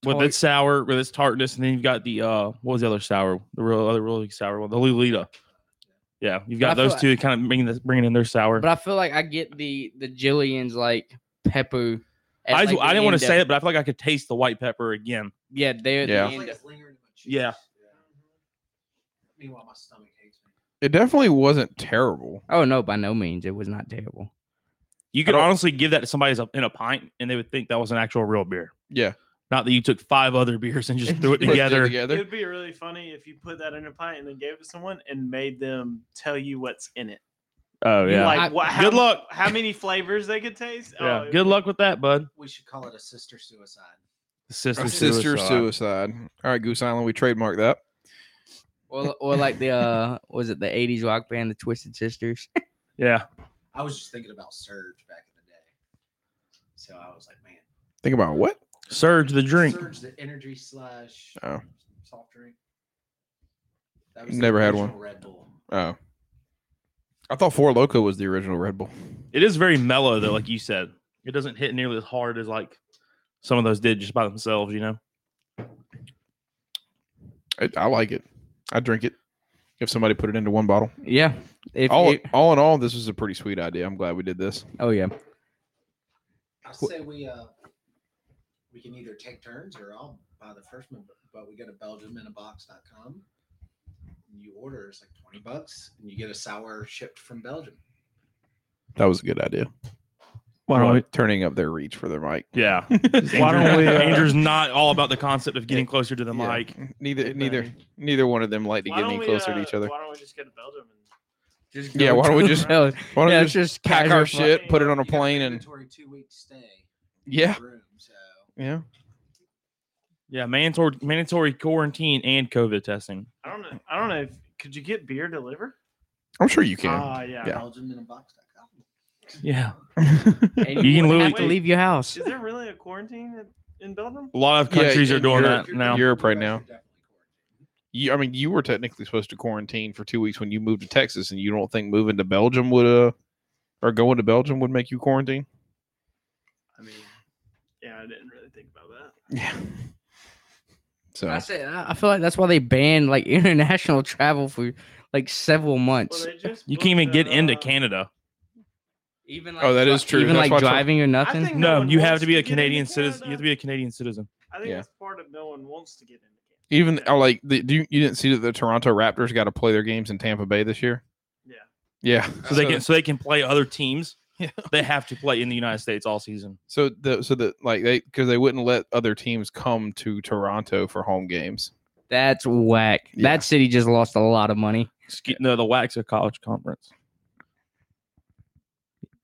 S1: with
S2: Tart.
S1: its sour, with its tartness, and then you've got the uh what was the other sour, the real other really sour one, the Lulita. Yeah, you've got
S2: But I
S1: those two kind of bringing this, bringing in their sour.
S2: But I feel like I get the the Jillian's like pepper. at,
S1: I,
S2: like,
S1: just-
S2: the
S1: I didn't want
S2: end
S1: to
S2: of-
S1: say it, but I feel like I could taste the white pepper again.
S2: Yeah, they're the
S5: Yeah.
S4: It's like
S2: end. of-
S4: it's lingering in my cheeks.
S1: Yeah.
S4: Meanwhile, my stomach hates me.
S5: It definitely wasn't terrible.
S2: Oh no, by no means. It was not terrible.
S1: You could
S5: don't-
S1: honestly give that to somebody as a, in a pint, and they would think that was an actual real beer.
S5: Yeah.
S1: Not that you took five other beers and just threw it
S5: Put it
S1: together.
S6: it
S5: together.
S6: would be really funny if you put that in a pint and then gave it to someone and made them tell you what's in it.
S1: Oh
S6: You
S1: yeah.
S2: I-
S6: Like, oh, what, how,
S1: Good luck.
S6: How many flavors they could taste?
S1: yeah.
S6: it-
S1: Good luck with that, bud.
S4: We should call it a sister suicide.
S1: Sister,
S5: A sister
S1: suicide.
S5: suicide. All right, Goose Island, we trademark that.
S2: Or, or like the uh, was it the '80s rock band, the Twisted Sisters?
S1: Yeah.
S4: I was just thinking about Surge back in the day. So I was like, man.
S5: Think about what?
S1: Surge the drink.
S4: Surge the energy slash
S5: Oh.
S4: soft drink. That the
S5: Never had
S4: original
S5: one.
S4: Red Bull.
S5: Oh. I thought Four Loco was the original Red Bull.
S1: It is very mellow though, like you said. It doesn't hit nearly as hard as like some of those did just by themselves, you know.
S5: I, I like it. I drink it if somebody put it into one bottle.
S2: Yeah. If
S5: all,
S2: you-
S5: all in all, this was a pretty sweet idea. I'm glad we did this.
S2: oh yeah.
S4: I
S5: Wh-
S4: say we uh we can either take turns or I'll buy the first one, but- but we go to BelgiumInABox.com. And you order it's like twenty bucks, and you get a sour shipped from Belgium.
S5: That was a good idea.
S3: Why don't we?
S5: turning up their reach for their mic?
S1: Yeah.
S3: Why don't we? Uh,
S1: Andrew's not all about the concept of getting closer to the
S5: Yeah.
S1: mic.
S5: Neither
S6: Good
S5: neither
S6: thing.
S5: neither one of them like to
S6: Why
S5: get
S6: don't
S5: any
S6: we,
S5: closer to
S6: uh,
S5: each other.
S6: Why don't we just get to Belgium?
S2: Just
S5: Yeah,
S2: go
S5: why don't we
S2: to
S5: just-
S2: the-
S5: Why don't
S2: yeah,
S5: we
S2: it's
S5: just
S2: just
S5: pack
S2: casual
S5: our
S2: fun.
S5: shit, put it on a
S4: You got
S5: plane, and
S4: mandatory two week stay. in
S5: yeah,
S4: the Room, so
S5: yeah.
S1: Yeah, mandatory mandatory quarantine and COVID testing.
S6: I don't know. I don't know if could you get beer delivered?
S5: I'm sure you can.
S6: Ah, yeah.
S5: Yeah.
S4: BelgiumInABox.com.
S1: Yeah.
S6: Uh,
S1: You can
S2: And wouldn't
S1: literally-
S2: have to leave your house.
S6: Is there really a quarantine in- in Belgium?
S1: A lot of
S5: Yeah,
S1: countries are
S5: in
S1: doing
S5: Europe-
S1: that now.
S5: Europe right
S4: You guys
S5: now.
S4: are definitely quarantined.
S5: You, I mean, you were technically supposed to quarantine for two weeks when you moved to Texas, and you don't think moving to Belgium would uh or going to Belgium would make you quarantine?
S6: I mean, yeah, I didn't really think about that.
S5: Yeah. So
S2: I say I I feel like that's why they banned like international travel for like several months.
S6: Well, they just
S1: You can't even
S6: booked
S1: get
S6: a,
S1: into
S6: uh,
S1: Canada.
S2: even
S5: Oh, that
S2: dri-
S5: is true.
S2: Even
S5: That's why
S2: like
S5: it's like-
S2: driving or
S6: I
S2: nothing.
S6: think no
S1: No,
S6: one
S1: you have
S6: wants
S1: to be a
S6: get into
S1: Canadian citizen. You have to
S6: Canada.
S1: be a Canadian citizen.
S6: I think
S5: Yeah.
S6: that's part of no one wants to get into Canada.
S5: even uh, like the, do you, you didn't see that the Toronto Raptors got to play their games in Tampa Bay this year?
S6: Yeah.
S5: Yeah.
S1: So they can so they can play other teams. They have to play in the United States all season.
S5: So the so the like they because they wouldn't let other teams come to Toronto for home games.
S2: That's whack.
S5: Yeah.
S2: That city just lost a lot of money.
S1: Ske- No, the Waxa College Conference.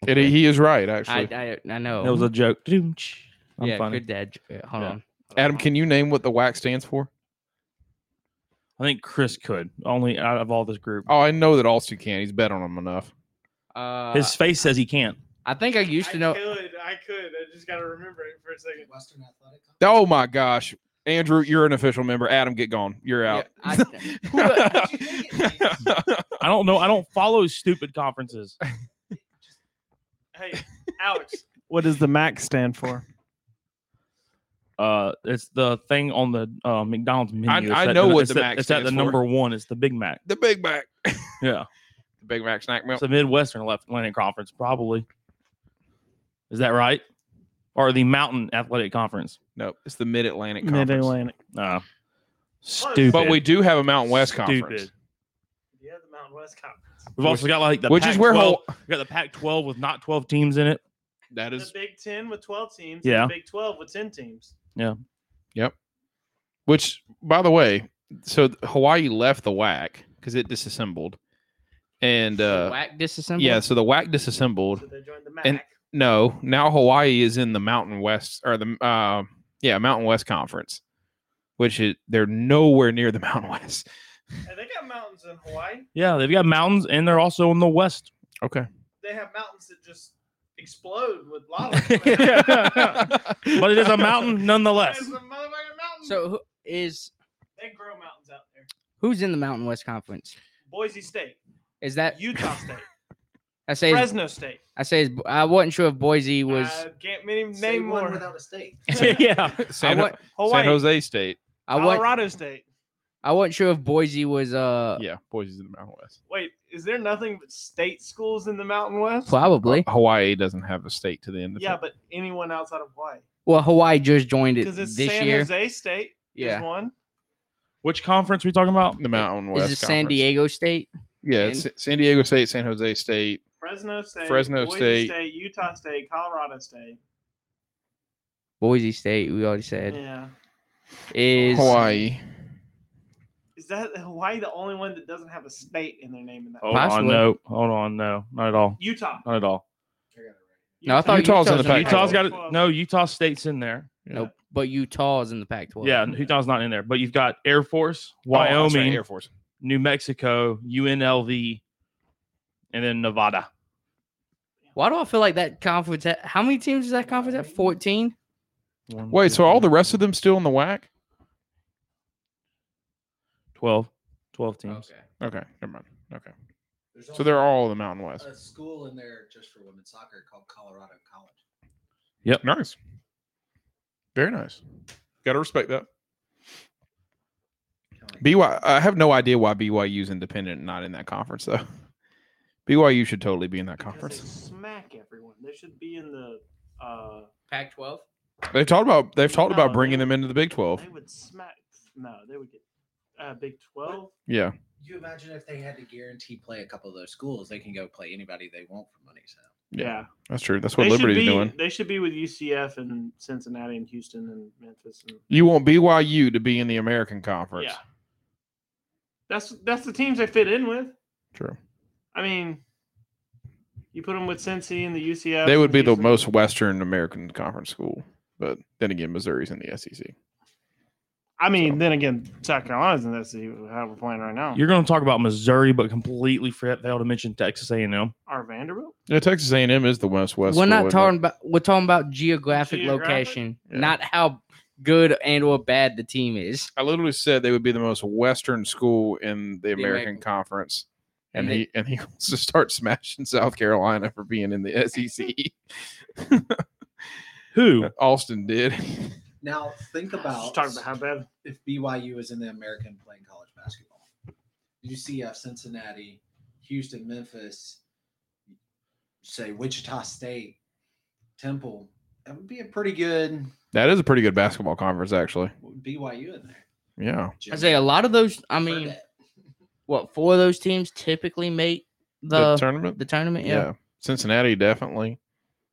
S5: And he is right,
S2: I,
S5: actually.
S2: I I
S5: Oh.
S2: know.
S1: It was a joke. Doomch. I'm
S2: yeah,
S1: funny.
S2: good dad. j- yeah, Hold
S1: Yeah.
S2: on.
S5: Adam, can you name what the WAC stands for?
S1: I think Chris could only out of all this group.
S5: Oh, I know that Alstu can. He's bet on him enough.
S2: Uh,
S1: His face says he can't.
S2: I think I used to
S6: I
S2: know.
S6: could, I could. I just gotta remember it for a second.
S4: Western Athletic Conference.
S5: Oh my gosh, Andrew, you're an official member. Adam, get gone. You're
S2: yeah,
S5: out.
S2: I,
S4: Who'd you think it was?
S1: I don't know. I don't follow stupid conferences.
S6: Hey, Alex,
S3: What does the Mac stand for?
S1: Uh, it's the thing on the uh, McDonald's menu.
S5: I-
S1: It's
S5: I
S1: at
S5: know what
S1: it's
S5: the
S1: at-
S5: Mac
S1: It's at the
S5: stands for.
S1: number one. It's the Big Mac.
S5: the Big Mac.
S1: Yeah,
S5: The Big Mac snack
S1: it's
S5: melt.
S1: the Midwestern Atlantic Conference, probably. Is that right? Or the Mountain Athletic Conference?
S5: No, it's the Mid Atlantic
S3: Mid
S5: Conference.
S3: Atlantic.
S1: No. Stupid.
S5: But we do have a Mountain West Conference,
S1: Stupid.
S6: yeah, the Mountain West Conference,
S1: We've also got like the
S5: which is where
S1: Pac-12
S5: Haw-
S1: we got the Pac-12 with not 12 teams in it.
S5: that
S6: the
S5: is
S6: Big Ten with twelve teams,
S1: Yeah.
S6: and the Big Twelve with ten teams.
S5: Which, by the way, so th- Hawaii left the WAC because it disassembled, and uh,
S2: whack disassemble.
S5: yeah, so the WAC disassembled.
S6: So they joined the MAC.
S5: And- No, now Hawaii is in the Mountain West or the uh, yeah Mountain West Conference, which is they're nowhere near the Mountain West.
S6: Hey, they got mountains in Hawaii.
S1: Yeah, they've got mountains and they're also in the west.
S5: Okay,
S6: They have mountains that just explode with lava.
S1: But it is a mountain nonetheless.
S6: It's a motherfucking mountain.
S2: So who is
S6: they grow mountains out there.
S2: who's in the Mountain West Conference?
S6: Boise State,
S2: Is that
S6: Utah State,
S2: I say? is-
S6: Fresno State.
S2: I say. is- I wasn't sure if Boise was.
S6: uh, can't name,
S4: Say
S6: name
S4: one
S6: more.
S4: without a state.
S1: yeah.
S5: San,
S2: I, wa-
S6: Hawaii,
S5: San Jose State.
S2: I wasn't.
S6: Colorado State.
S2: I wasn't sure if Boise was. Uh,
S5: Yeah, Boise's in the Mountain West.
S6: Wait, is there nothing but state schools in the Mountain West?
S2: probably.
S5: Hawaii doesn't have a state to the end. Of
S6: Yeah,
S5: it.
S6: but anyone outside of Hawaii.
S2: Well, Hawaii just joined it
S6: Because it's
S2: this
S6: San
S2: year.
S6: Jose State. Is
S2: yeah.
S6: one.
S1: Which conference are we talking about?
S5: the Mountain
S2: Is
S5: West.
S2: it San
S5: Conference.
S2: Diego State?
S5: Yeah, it's Sa- San Diego State, San Jose State.
S6: Fresno State.
S5: Fresno
S6: Boise
S5: State.
S6: Utah State, Colorado State.
S2: Boise State, we already said.
S6: Yeah.
S2: Is
S5: Hawaii.
S6: Is that Hawaii the only one that doesn't have a state in their name in that?
S5: Oh.
S1: Hold
S2: Possibly.
S1: on, no. Hold on, no. Not at all.
S6: Utah.
S1: Not at all.
S2: No, I thought
S5: Utah's in the Pac-
S1: Utah's
S5: Utah's
S1: got it. No, Utah State's in there.
S2: Nope. But Utah's in the Pac 12.
S1: Yeah, Utah's not in there. But you've got Air Force,
S5: Oh, that's right,
S1: Wyoming,
S5: Air Force.
S1: New Mexico, UNLV, and then Nevada.
S2: Why do I feel like that conference? Had, how many teams is that conference at? Fourteen.
S1: One,
S5: Wait,
S1: two,
S5: so are all
S1: three,
S5: the rest of them still in the whack?
S1: 12, 12 teams.
S5: Okay, never mind. Okay,
S4: There's
S5: so they're all in the Mountain West.
S4: a school in there just for women's soccer called Colorado College.
S5: Nice, very nice. Got to respect that. BY, I have no idea why BYU's independent and not in that conference though. BYU should totally be in that
S6: Because
S5: conference.
S6: they smack everyone. They should be in the. Uh,
S2: Pac twelve.
S5: They've talked about they've talked
S6: No,
S5: about
S6: they-
S5: bringing them into the Big Twelve.
S6: they would smack. No, they would get uh, Big Twelve.
S5: Yeah,
S4: Could you imagine if they had to guarantee play a couple of those schools, they can go play anybody they want for money. So
S5: Yeah.
S6: Yeah,
S5: that's true. That's
S6: they
S5: what
S6: should
S5: Liberty's
S6: be.
S5: doing.
S6: They should be with UCF and Cincinnati and Houston and Memphis and
S5: You want BYU to be in the American Conference.
S6: yeah. That's that's the teams they fit in with.
S5: True.
S6: I mean, you put them with Cincy and the UCF.
S5: They would
S6: and
S5: be the
S6: Houston.
S5: most Western American Conference school. But then again, Missouri's in the E SEC.
S6: I mean,
S5: so.
S6: then again, South Carolina's in this. How we're playing right now.
S1: You're going to talk about Missouri, but completely forgot failed to mention Texas A&M.
S6: Our Vanderbilt.
S5: Yeah, Texas A&M is the most West.
S2: we're
S5: school, isn't
S2: not
S5: it?
S2: talking about. We're talking about geographic,
S6: Geographic?
S2: location,
S5: Yeah.
S2: not how good and or bad the team is.
S5: I literally said they would be the most Western school in the,
S2: The
S5: American,
S2: American.
S5: Conference.
S2: And
S5: And,
S2: they-
S5: he and he wants to start smashing South Carolina for being in the E SEC.
S1: Who?
S5: Austin did.
S4: now think about,
S6: Just talking about how bad.
S4: if BYU is in the American playing college basketball. UCF, uh, Cincinnati, Houston, Memphis, say Wichita State, Temple. That would be a pretty good
S5: That is a pretty good basketball conference, actually.
S4: BYU in there.
S5: Yeah,
S2: I say a lot of those. I mean,
S4: Burnett.
S2: what four of those teams typically make
S5: the,
S2: the
S5: tournament.
S2: the tournament?
S5: yeah.
S2: Yeah,
S5: Cincinnati definitely.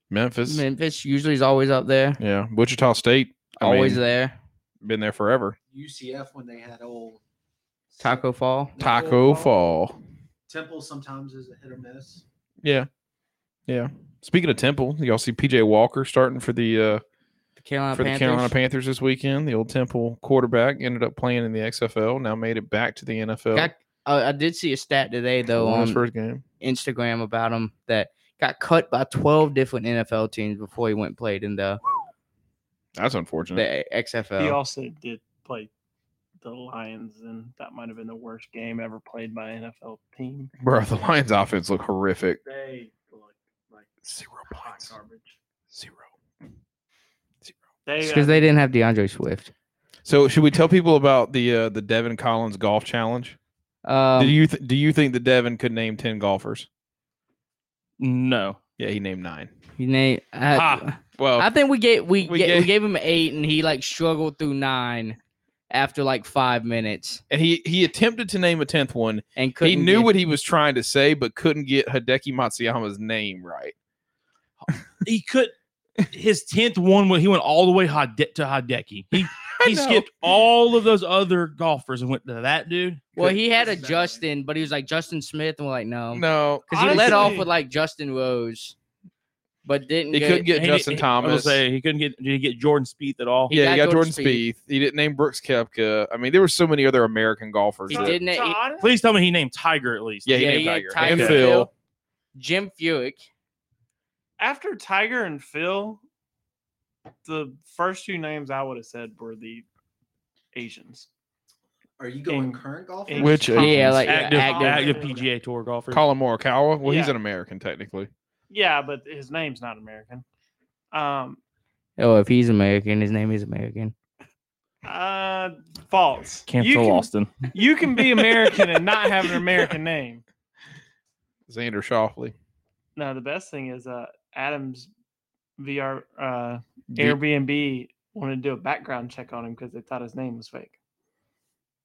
S5: Memphis.
S2: Memphis usually is always up there,
S5: yeah, Wichita State. I
S2: always
S5: mean,
S2: there.
S5: been there forever.
S4: UCF when they had old
S2: Taco Fall.
S4: No,
S5: Taco
S4: Fall.
S5: Fall.
S4: Temple sometimes is a hit or miss.
S5: Yeah, yeah. Speaking of Temple, y'all see PJ Walker starting for the uh,
S2: The Carolina
S5: for the
S2: Panthers.
S5: Carolina Panthers this weekend. The old Temple quarterback ended up playing in the XFL. Now made it back to the NFL.
S2: Got, uh, I did see a stat today though
S5: Won his
S2: on
S5: first game.
S2: Instagram about him that got cut by twelve different NFL teams before he went and played in the
S5: That's unfortunate.
S2: the
S6: He
S2: XFL.
S6: also did play the Lions, and that might have been the worst game ever played by an NFL team.
S5: Bro, the Lions offense looked horrific.
S6: They looked like
S5: Zero
S6: hot
S5: points.
S6: garbage.
S5: Zero. Zero.
S6: They, uh,
S2: Because they didn't have DeAndre Swift.
S5: So should we tell people about the uh, the Devin Collins golf challenge?
S2: Um,
S5: do you th- do you think that Devin could name ten golfers?
S1: No.
S5: Yeah, he named nine.
S2: you name, I,
S1: Ha.
S5: Well,
S2: I think we gave we,
S5: We
S2: ga-
S5: gave-
S2: we gave him eight, and he like struggled through nine after like five minutes,
S5: and he he attempted to name a tenth one.
S2: and couldn't.
S5: He knew
S2: get-
S5: what he was trying to say, but couldn't get Hideki Matsuyama's name right.
S1: He could his 10th one when he went all the way Hide- to Hideki. He
S5: I
S1: he
S5: know.
S1: skipped all of those other golfers and went to that dude.
S2: Well, he had a
S4: This is bad.
S2: Justin, but he was like Justin Smith, and we're like, no,
S5: No,
S2: because Um, he led off
S6: Honestly-
S2: with like Justin Rose, but didn't
S5: He couldn't get
S1: He
S5: Justin
S1: didn't- I
S5: Thomas.
S1: was gonna say he couldn't get did he get Jordan Spieth at all?
S2: He
S5: Oh, yeah, he
S2: got
S5: got Jordan
S2: Jordan
S5: Spieth. He didn't name Brooks Kepka. I mean, there were so many other American golfers.
S2: He
S5: that-
S2: didn't- he-
S6: Todd?
S1: Please tell me he named Tiger at least.
S5: Yeah, he
S2: Yeah,
S5: named
S2: he had
S5: Tiger.
S2: Tiger
S5: and
S2: and
S5: Phil.
S2: Phil. Jim Fuick.
S6: after Tiger and Phil, the first two names I would have said were the Asians.
S4: Are you going
S6: In-
S4: current
S6: in-
S4: golfers?
S5: Which
S6: Collins.
S2: Yeah, like,
S1: Active,
S2: active.
S1: active PGA Tour golfer.
S5: Colin Morikawa. Well, he's
S6: Yeah.
S5: an American technically.
S6: Yeah, but his name's not American. Um,
S2: Oh, if he's American, his name is American.
S6: uh, false. you,
S1: Cancel
S6: can,
S1: Austin.
S6: you can be American and not have an American name.
S5: Xander Shoffley.
S6: No, the best thing is uh, Adam's VR uh,
S5: Dude,
S6: Airbnb wanted to do a background check on him because they thought his name was fake.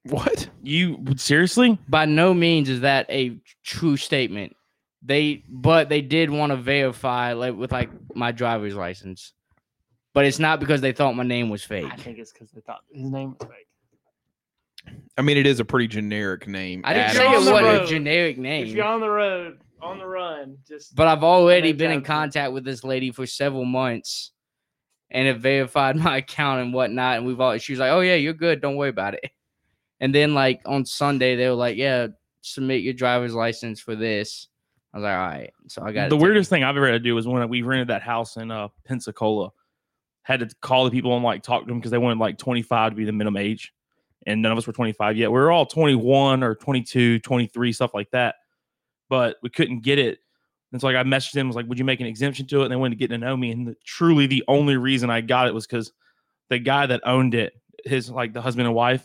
S5: What?
S1: You seriously?
S2: By no means is that a true statement. They, but they did want to verify like with like my driver's license, but it's not because they thought my name was fake.
S6: I think it's because they thought his name was fake.
S5: I mean, it is a pretty generic name.
S2: I didn't
S6: Adam.
S2: say
S6: You're on
S2: it
S6: the
S2: was a
S6: road.
S2: generic
S6: If you're
S2: name,
S6: on the road, on the run, just
S2: but I've already
S6: Name
S2: been in
S6: Johnson.
S2: contact with this lady for several months, and have verified my account and whatnot. And we've all she was like, "Oh yeah, you're good. Don't worry about it." And then like on Sunday, they were like, "Yeah, submit your driver's license for this." I was like, "All right." So I got
S1: the
S2: it
S1: weirdest thing I've ever had to do was when we rented that house in uh, Pensacola. Had to call the people and like talk to them because they wanted like 25 to be the minimum age, and none of us were 25 yet. We were all 21 or 22, 23, stuff like that, but we couldn't get it. And so like I messaged them was like, "Would you make an exemption to it?" And they wanted to get to know me. And the, truly, the only reason I got it was because the guy that owned it, his like the husband and wife.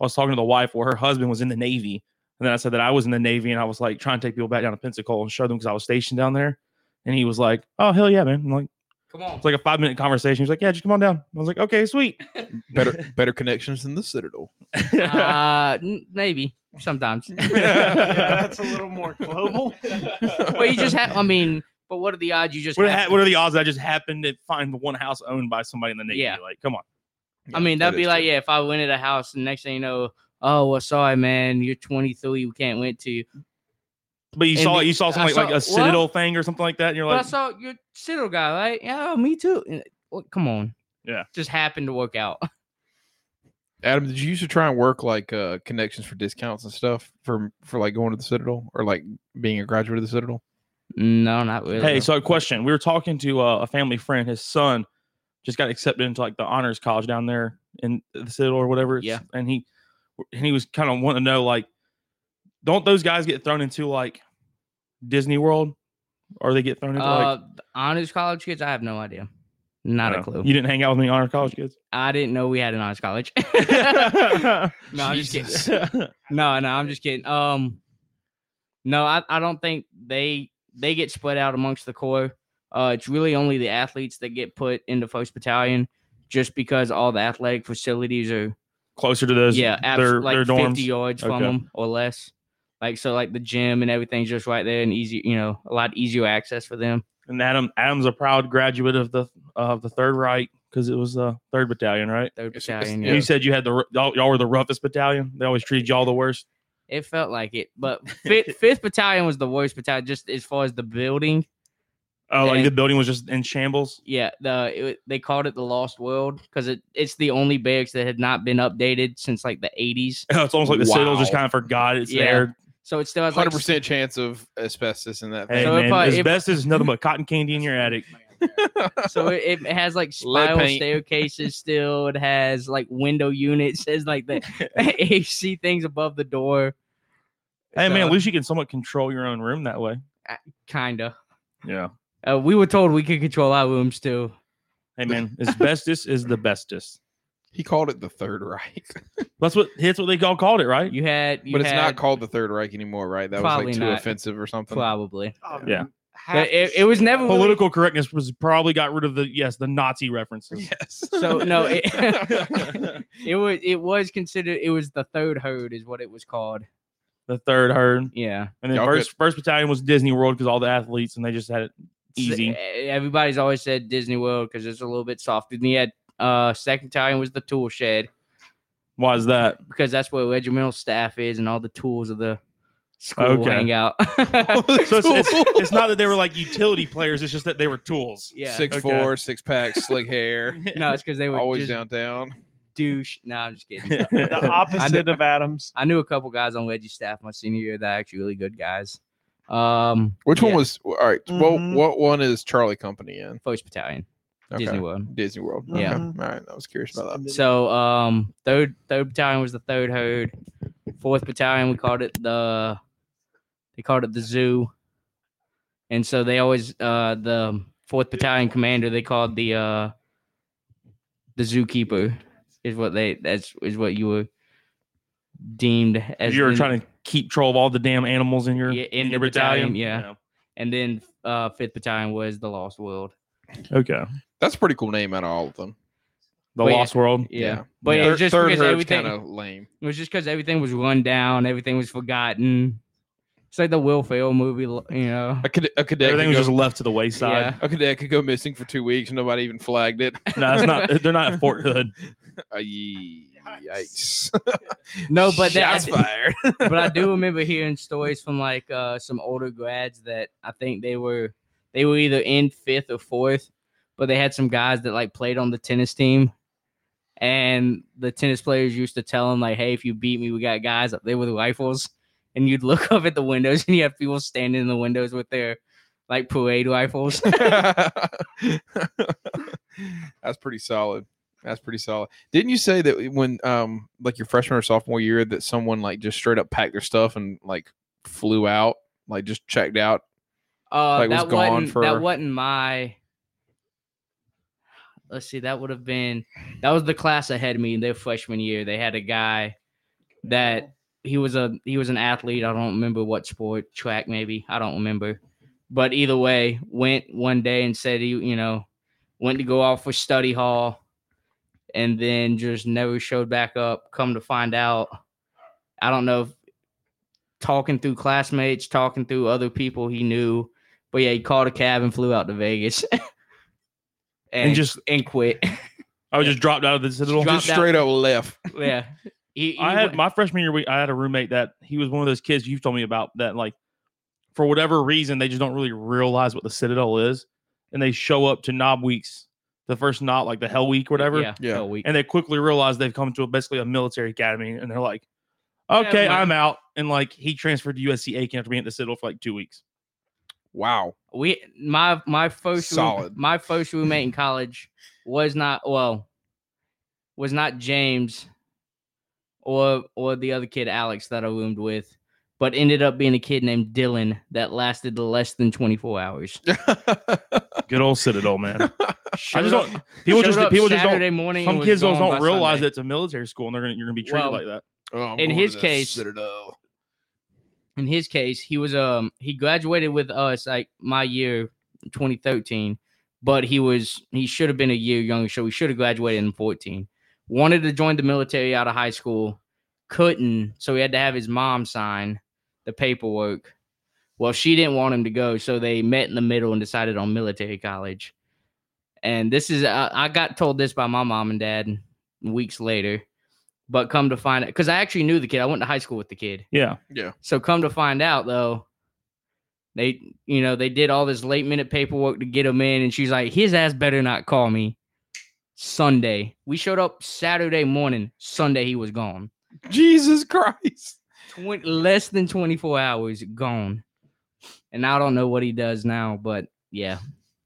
S1: I was talking to the wife where her husband was in the Navy, and then I said that I was in the Navy and I was like trying to take people back down to Pensacola and show them because I was stationed down there. And he was like, Oh, hell yeah, man. I'm like,
S2: Come on.
S1: it's like a five minute conversation. He's like, Yeah, just come on down. I was like, Okay, sweet.
S5: Better better connections than the Citadel.
S2: uh, n- maybe sometimes.
S6: yeah, that's a little more global. Oh,
S2: but you just have. I mean, but what are the odds? You just.
S1: what,
S2: have
S1: ha-
S2: to-
S1: what are the odds that I just happened to find the one house owned by somebody in the Navy?
S2: Yeah.
S1: Like, come on.
S2: I mean,
S5: that
S2: that'd be
S5: is
S2: like,
S5: true.
S2: yeah, if I rented a house, and next thing you know, oh, well, sorry, man, you're 23, we can't went to you.
S1: But you
S2: And
S1: saw
S2: the-
S1: you saw
S2: I
S1: something
S2: saw-
S1: like, like a
S2: well-
S1: Citadel thing or something like that, and you're
S2: but I
S1: like,
S2: saw your Citadel guy, right? Yeah, me too. And, well, come on.
S1: Yeah.
S2: Just happened to work out.
S5: Adam, did you used to try and work like uh connections for discounts and stuff for for like going to the Citadel or like being a graduate of the Citadel?
S2: No, not really.
S1: Hey, so a question. We were talking to uh, a family friend. His son just got accepted into like the honors college down there in the Citadel or whatever. it's-
S2: Yeah.
S1: And he and he was kind of wanting to know like, don't those guys get thrown into like Disney World, or they get thrown into
S2: uh,
S1: like?
S2: the honors college kids, I have no idea. Not
S1: No.
S2: a clue.
S1: You didn't hang out with me honors college kids.
S2: I didn't know we had an honors college. no, I'm just kidding. No, no, I'm just kidding. Um, no, I, I don't think they they get spread out amongst the core. Uh, it's really only the athletes that get put into first battalion, just because all the athletic facilities are
S1: Closer to those.
S2: yeah, abs-
S1: their,
S2: like
S1: their dorms.
S2: 50 yards from
S1: Okay.
S2: them or less. Like so, like the gym and everything's just right there and easy, you know, a lot easier access for them.
S1: And Adam Adam's a proud graduate of the of the Third Right because it was the Third Battalion, right?
S2: Third
S5: It's- it's-
S2: battalion,
S1: And
S2: yeah.
S1: You said you had the r- y'all, y'all were the roughest battalion. They always treated y'all the worst.
S2: It felt like it, but fifth, fifth battalion was the worst battalion, just as far as the building.
S1: Oh, like
S2: And-
S1: the building was just in shambles.
S2: Yeah, the it, they called it the Lost World because it, it's the only barracks that had not been updated since like the eighties.
S1: It's almost like the Citadel just
S5: Wow.
S1: kind of forgot it's
S2: Yeah.
S1: there.
S2: So it still has like
S5: Hundred percent chance of asbestos in that
S1: Hey,
S5: thing.
S2: So if
S1: man,
S2: I-
S1: as
S2: if-
S1: best as nothing but cotton candy in your attic.
S2: so it, it has like
S5: Lead
S2: spiral
S5: paint.
S2: staircases still. It has like window units. It has like the AC things above the door.
S1: Hey, man,
S2: So-
S1: at least you can somewhat control your own room that way.
S2: Kinda.
S1: Yeah.
S2: Uh, we were told we could control our rooms too.
S1: Hey, man, asbestos is the bestest.
S5: He called it the Third Reich,
S1: That's what that's what they all called it, right?
S2: You had, you
S5: but it's
S2: had-
S5: not called the Third Reich anymore, right? That was
S2: Probably
S5: like too
S2: not.
S5: offensive or something.
S2: probably.
S6: Um,
S1: Yeah.
S6: half
S2: It-
S6: the
S2: it was
S6: shit
S2: never
S6: out
S2: really-
S1: Political correctness was probably got rid of the yes, the Nazi references.
S5: Yes.
S2: So no, it, it was it was considered. It was the third herd, is what it was called.
S1: The third herd.
S2: Yeah.
S1: And then
S5: Y'all
S1: first first battalion was Disney World because all the athletes and they just had it
S2: s-
S1: easy.
S2: e- Everybody's always said Disney World because it's a little bit softer. And he had uh, second battalion was the tool shed
S1: Why is that?
S2: because that's where regimental staff is and all the tools of the school
S1: Okay.
S2: hang out.
S1: So it's, it's, it's not that they were like utility players, it's just that they were tools.
S2: yeah.
S5: six
S1: okay.
S5: four, six pack, slick hair,
S2: No, it's because they were
S5: always
S2: just
S5: downtown.
S2: douche. No, I'm just kidding.
S6: The opposite of Adams.
S2: I knew a couple guys on Reggie staff my senior year that are actually really good guys. Um,
S5: Which
S2: yeah,
S5: one was all right?
S6: Mhm.
S5: What what one is Charlie Company in?
S2: first battalion,
S5: Okay.
S2: Disney World?
S5: Disney World.
S6: Yeah.
S5: Okay. All right. I was curious about that.
S2: So um third third battalion was the third herd. Fourth battalion we called it the they called it the zoo. And so they always uh the fourth battalion commander they called the uh the zookeeper is what they that's is what you were deemed as
S1: you were
S2: in-
S1: trying to keep control of all the damn animals in your
S2: Yeah, in
S1: your
S2: the battalion,
S1: battalion?
S2: and then uh fifth battalion was the lost world.
S1: Yeah. Okay.
S5: That's a pretty cool name out of all of them.
S1: The
S2: But yeah,
S1: Lost World.
S2: Yeah. But
S5: Thir-
S2: it's just
S5: third
S2: because
S5: herd's
S2: everything
S5: kind of lame.
S2: It was just because everything was run down, everything was forgotten. It's like the Will Ferrell movie, l- you know.
S5: A cadet, a cadet,
S1: Everything
S5: could
S1: was
S5: go,
S1: just left to the wayside.
S5: a cadet could go missing for two weeks and nobody even flagged it.
S1: No, it's not. They're not at Fort Hood.
S5: Aye, Yikes!
S2: No, but
S5: that's
S2: that,
S5: fired.
S2: but I do remember hearing stories from like uh, some older grads that I think they were they were either in fifth or fourth, but they had some guys that like played on the tennis team, and the tennis players used to tell him like, "Hey, if you beat me, we got guys up there with rifles." And you'd look up at the windows, and you have people standing in the windows with their like parade rifles.
S5: That's pretty solid. That's pretty solid. Didn't you say that when um like your freshman or sophomore year that someone like just straight up packed their stuff and like flew out, like just checked out?
S2: Uh,
S5: Like, was
S2: that
S5: gone
S2: wasn't
S5: for-
S2: that wasn't my. Let's see, that would have been that was the class ahead of me in their freshman year. They had a guy that he was a he was an athlete. I don't remember what sport, track maybe. I don't remember. But either way, went one day and said he, you know, went to go off for study hall and then just never showed back up. Come to find out, I don't know if talking through classmates, talking through other people he knew. But yeah, he called a cab and flew out to Vegas. and,
S1: And
S2: just
S1: just-
S2: and quit.
S1: I was just dropped out of the Citadel.
S2: Dropped
S5: Just straight up left.
S2: yeah. He, he
S1: I had
S2: went-
S1: my freshman year. We, I had a roommate that he was one of those kids you've told me about that, like, for whatever reason, they just don't really realize what the Citadel is, and they show up to Knob Weeks, the first Knob, like the Hell Week, whatever,
S2: Yeah,
S5: Yeah.
S2: hell week.
S1: and they quickly realize they've come to a, basically a military academy, and they're like, "Okay,
S2: man.
S1: I'm out." And like, he transferred to USC Aiken after being at the Citadel for like two weeks.
S5: Wow.
S2: we my my first room-
S5: Solid.
S2: my first roommate in college was not well was not James or or the other kid Alex that I roomed with, but ended up being a kid named Dylan that lasted less than twenty four hours.
S1: Good old Citadel, man. I
S2: Showed
S1: just
S2: up-
S1: don't. People
S2: showed
S1: just
S2: up
S1: people just
S2: Saturday
S1: don't.
S2: morning.
S1: Some
S2: and was
S1: kids don't,
S2: gone
S1: don't
S2: by
S1: realize
S2: Sunday.
S1: it's a military school, and they're gonna you're gonna be treated
S2: Well,
S1: like that.
S5: Oh, I'm
S2: In
S5: going
S2: his
S5: to the
S2: case-
S5: Citadel.
S2: in his case, he was um he graduated with us like my year 2013, but he was he should have been a year younger, so he should have graduated in 14. Wanted to join the military out of high school, couldn't, so he had to have his mom sign the paperwork. Well, she didn't want him to go, so they met in the middle and decided on military college. And this is I, I got told this by my mom and dad weeks later, but come to find out because I actually knew the kid. I went to high school with the kid.
S1: Yeah,
S2: So come to find out though, they you know they did all this late minute paperwork to get him in, and she's like, his ass better not call me. Sunday, we showed up Saturday morning. Sunday, he was gone.
S5: Jesus Christ.
S2: Twen- less than twenty four hours gone, and I don't know what he does now, but yeah,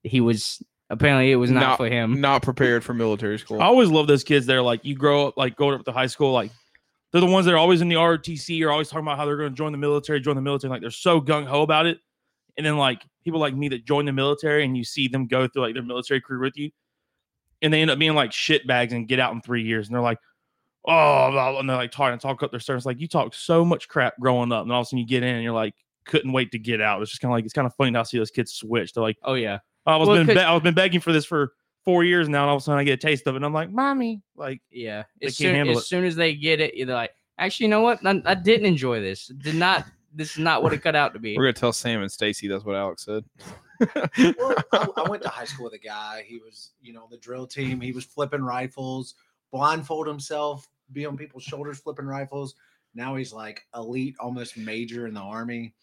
S2: he was apparently it was not,
S5: Not-
S2: for him.
S5: Not prepared for military school.
S1: I
S2: Oh.
S1: always love those kids. They're like you grow up, like go up to high school, like they're the ones that are always in the ROTC or always talking about how they're going to join the military, join the military. Like they're so gung ho about it, and then like people like me that join the military and you see them go through like their military career with you, and they end up being like shit bags and get out in three years, and they're like, oh, blah, blah," and they're like talking and talk up their service. Like you talk so much crap growing up, and all of a sudden you get in and you're like. Couldn't wait to get out. It's just kind of like it's kind of funny now to see those kids switch. They're like,
S2: Oh yeah,
S1: I was
S2: Well,
S1: been
S2: could-
S1: be- I was been begging for this for four years now, and all of a sudden I get a taste of it. and I'm like, mommy, like
S2: yeah.
S1: They
S2: As
S1: can't
S2: soon,
S1: handle
S2: as
S1: it.
S2: soon as they get it, they're like, actually, you know what? I, I didn't enjoy this. Did not. This is not what it cut out to be.
S5: We're gonna tell Sam and Stacy that's what Alex said.
S4: well, I, I went to high school with a guy. He was, you know, the drill team. He was flipping rifles, blindfold himself, be on people's shoulders, flipping rifles. Now he's like elite, almost major in the army.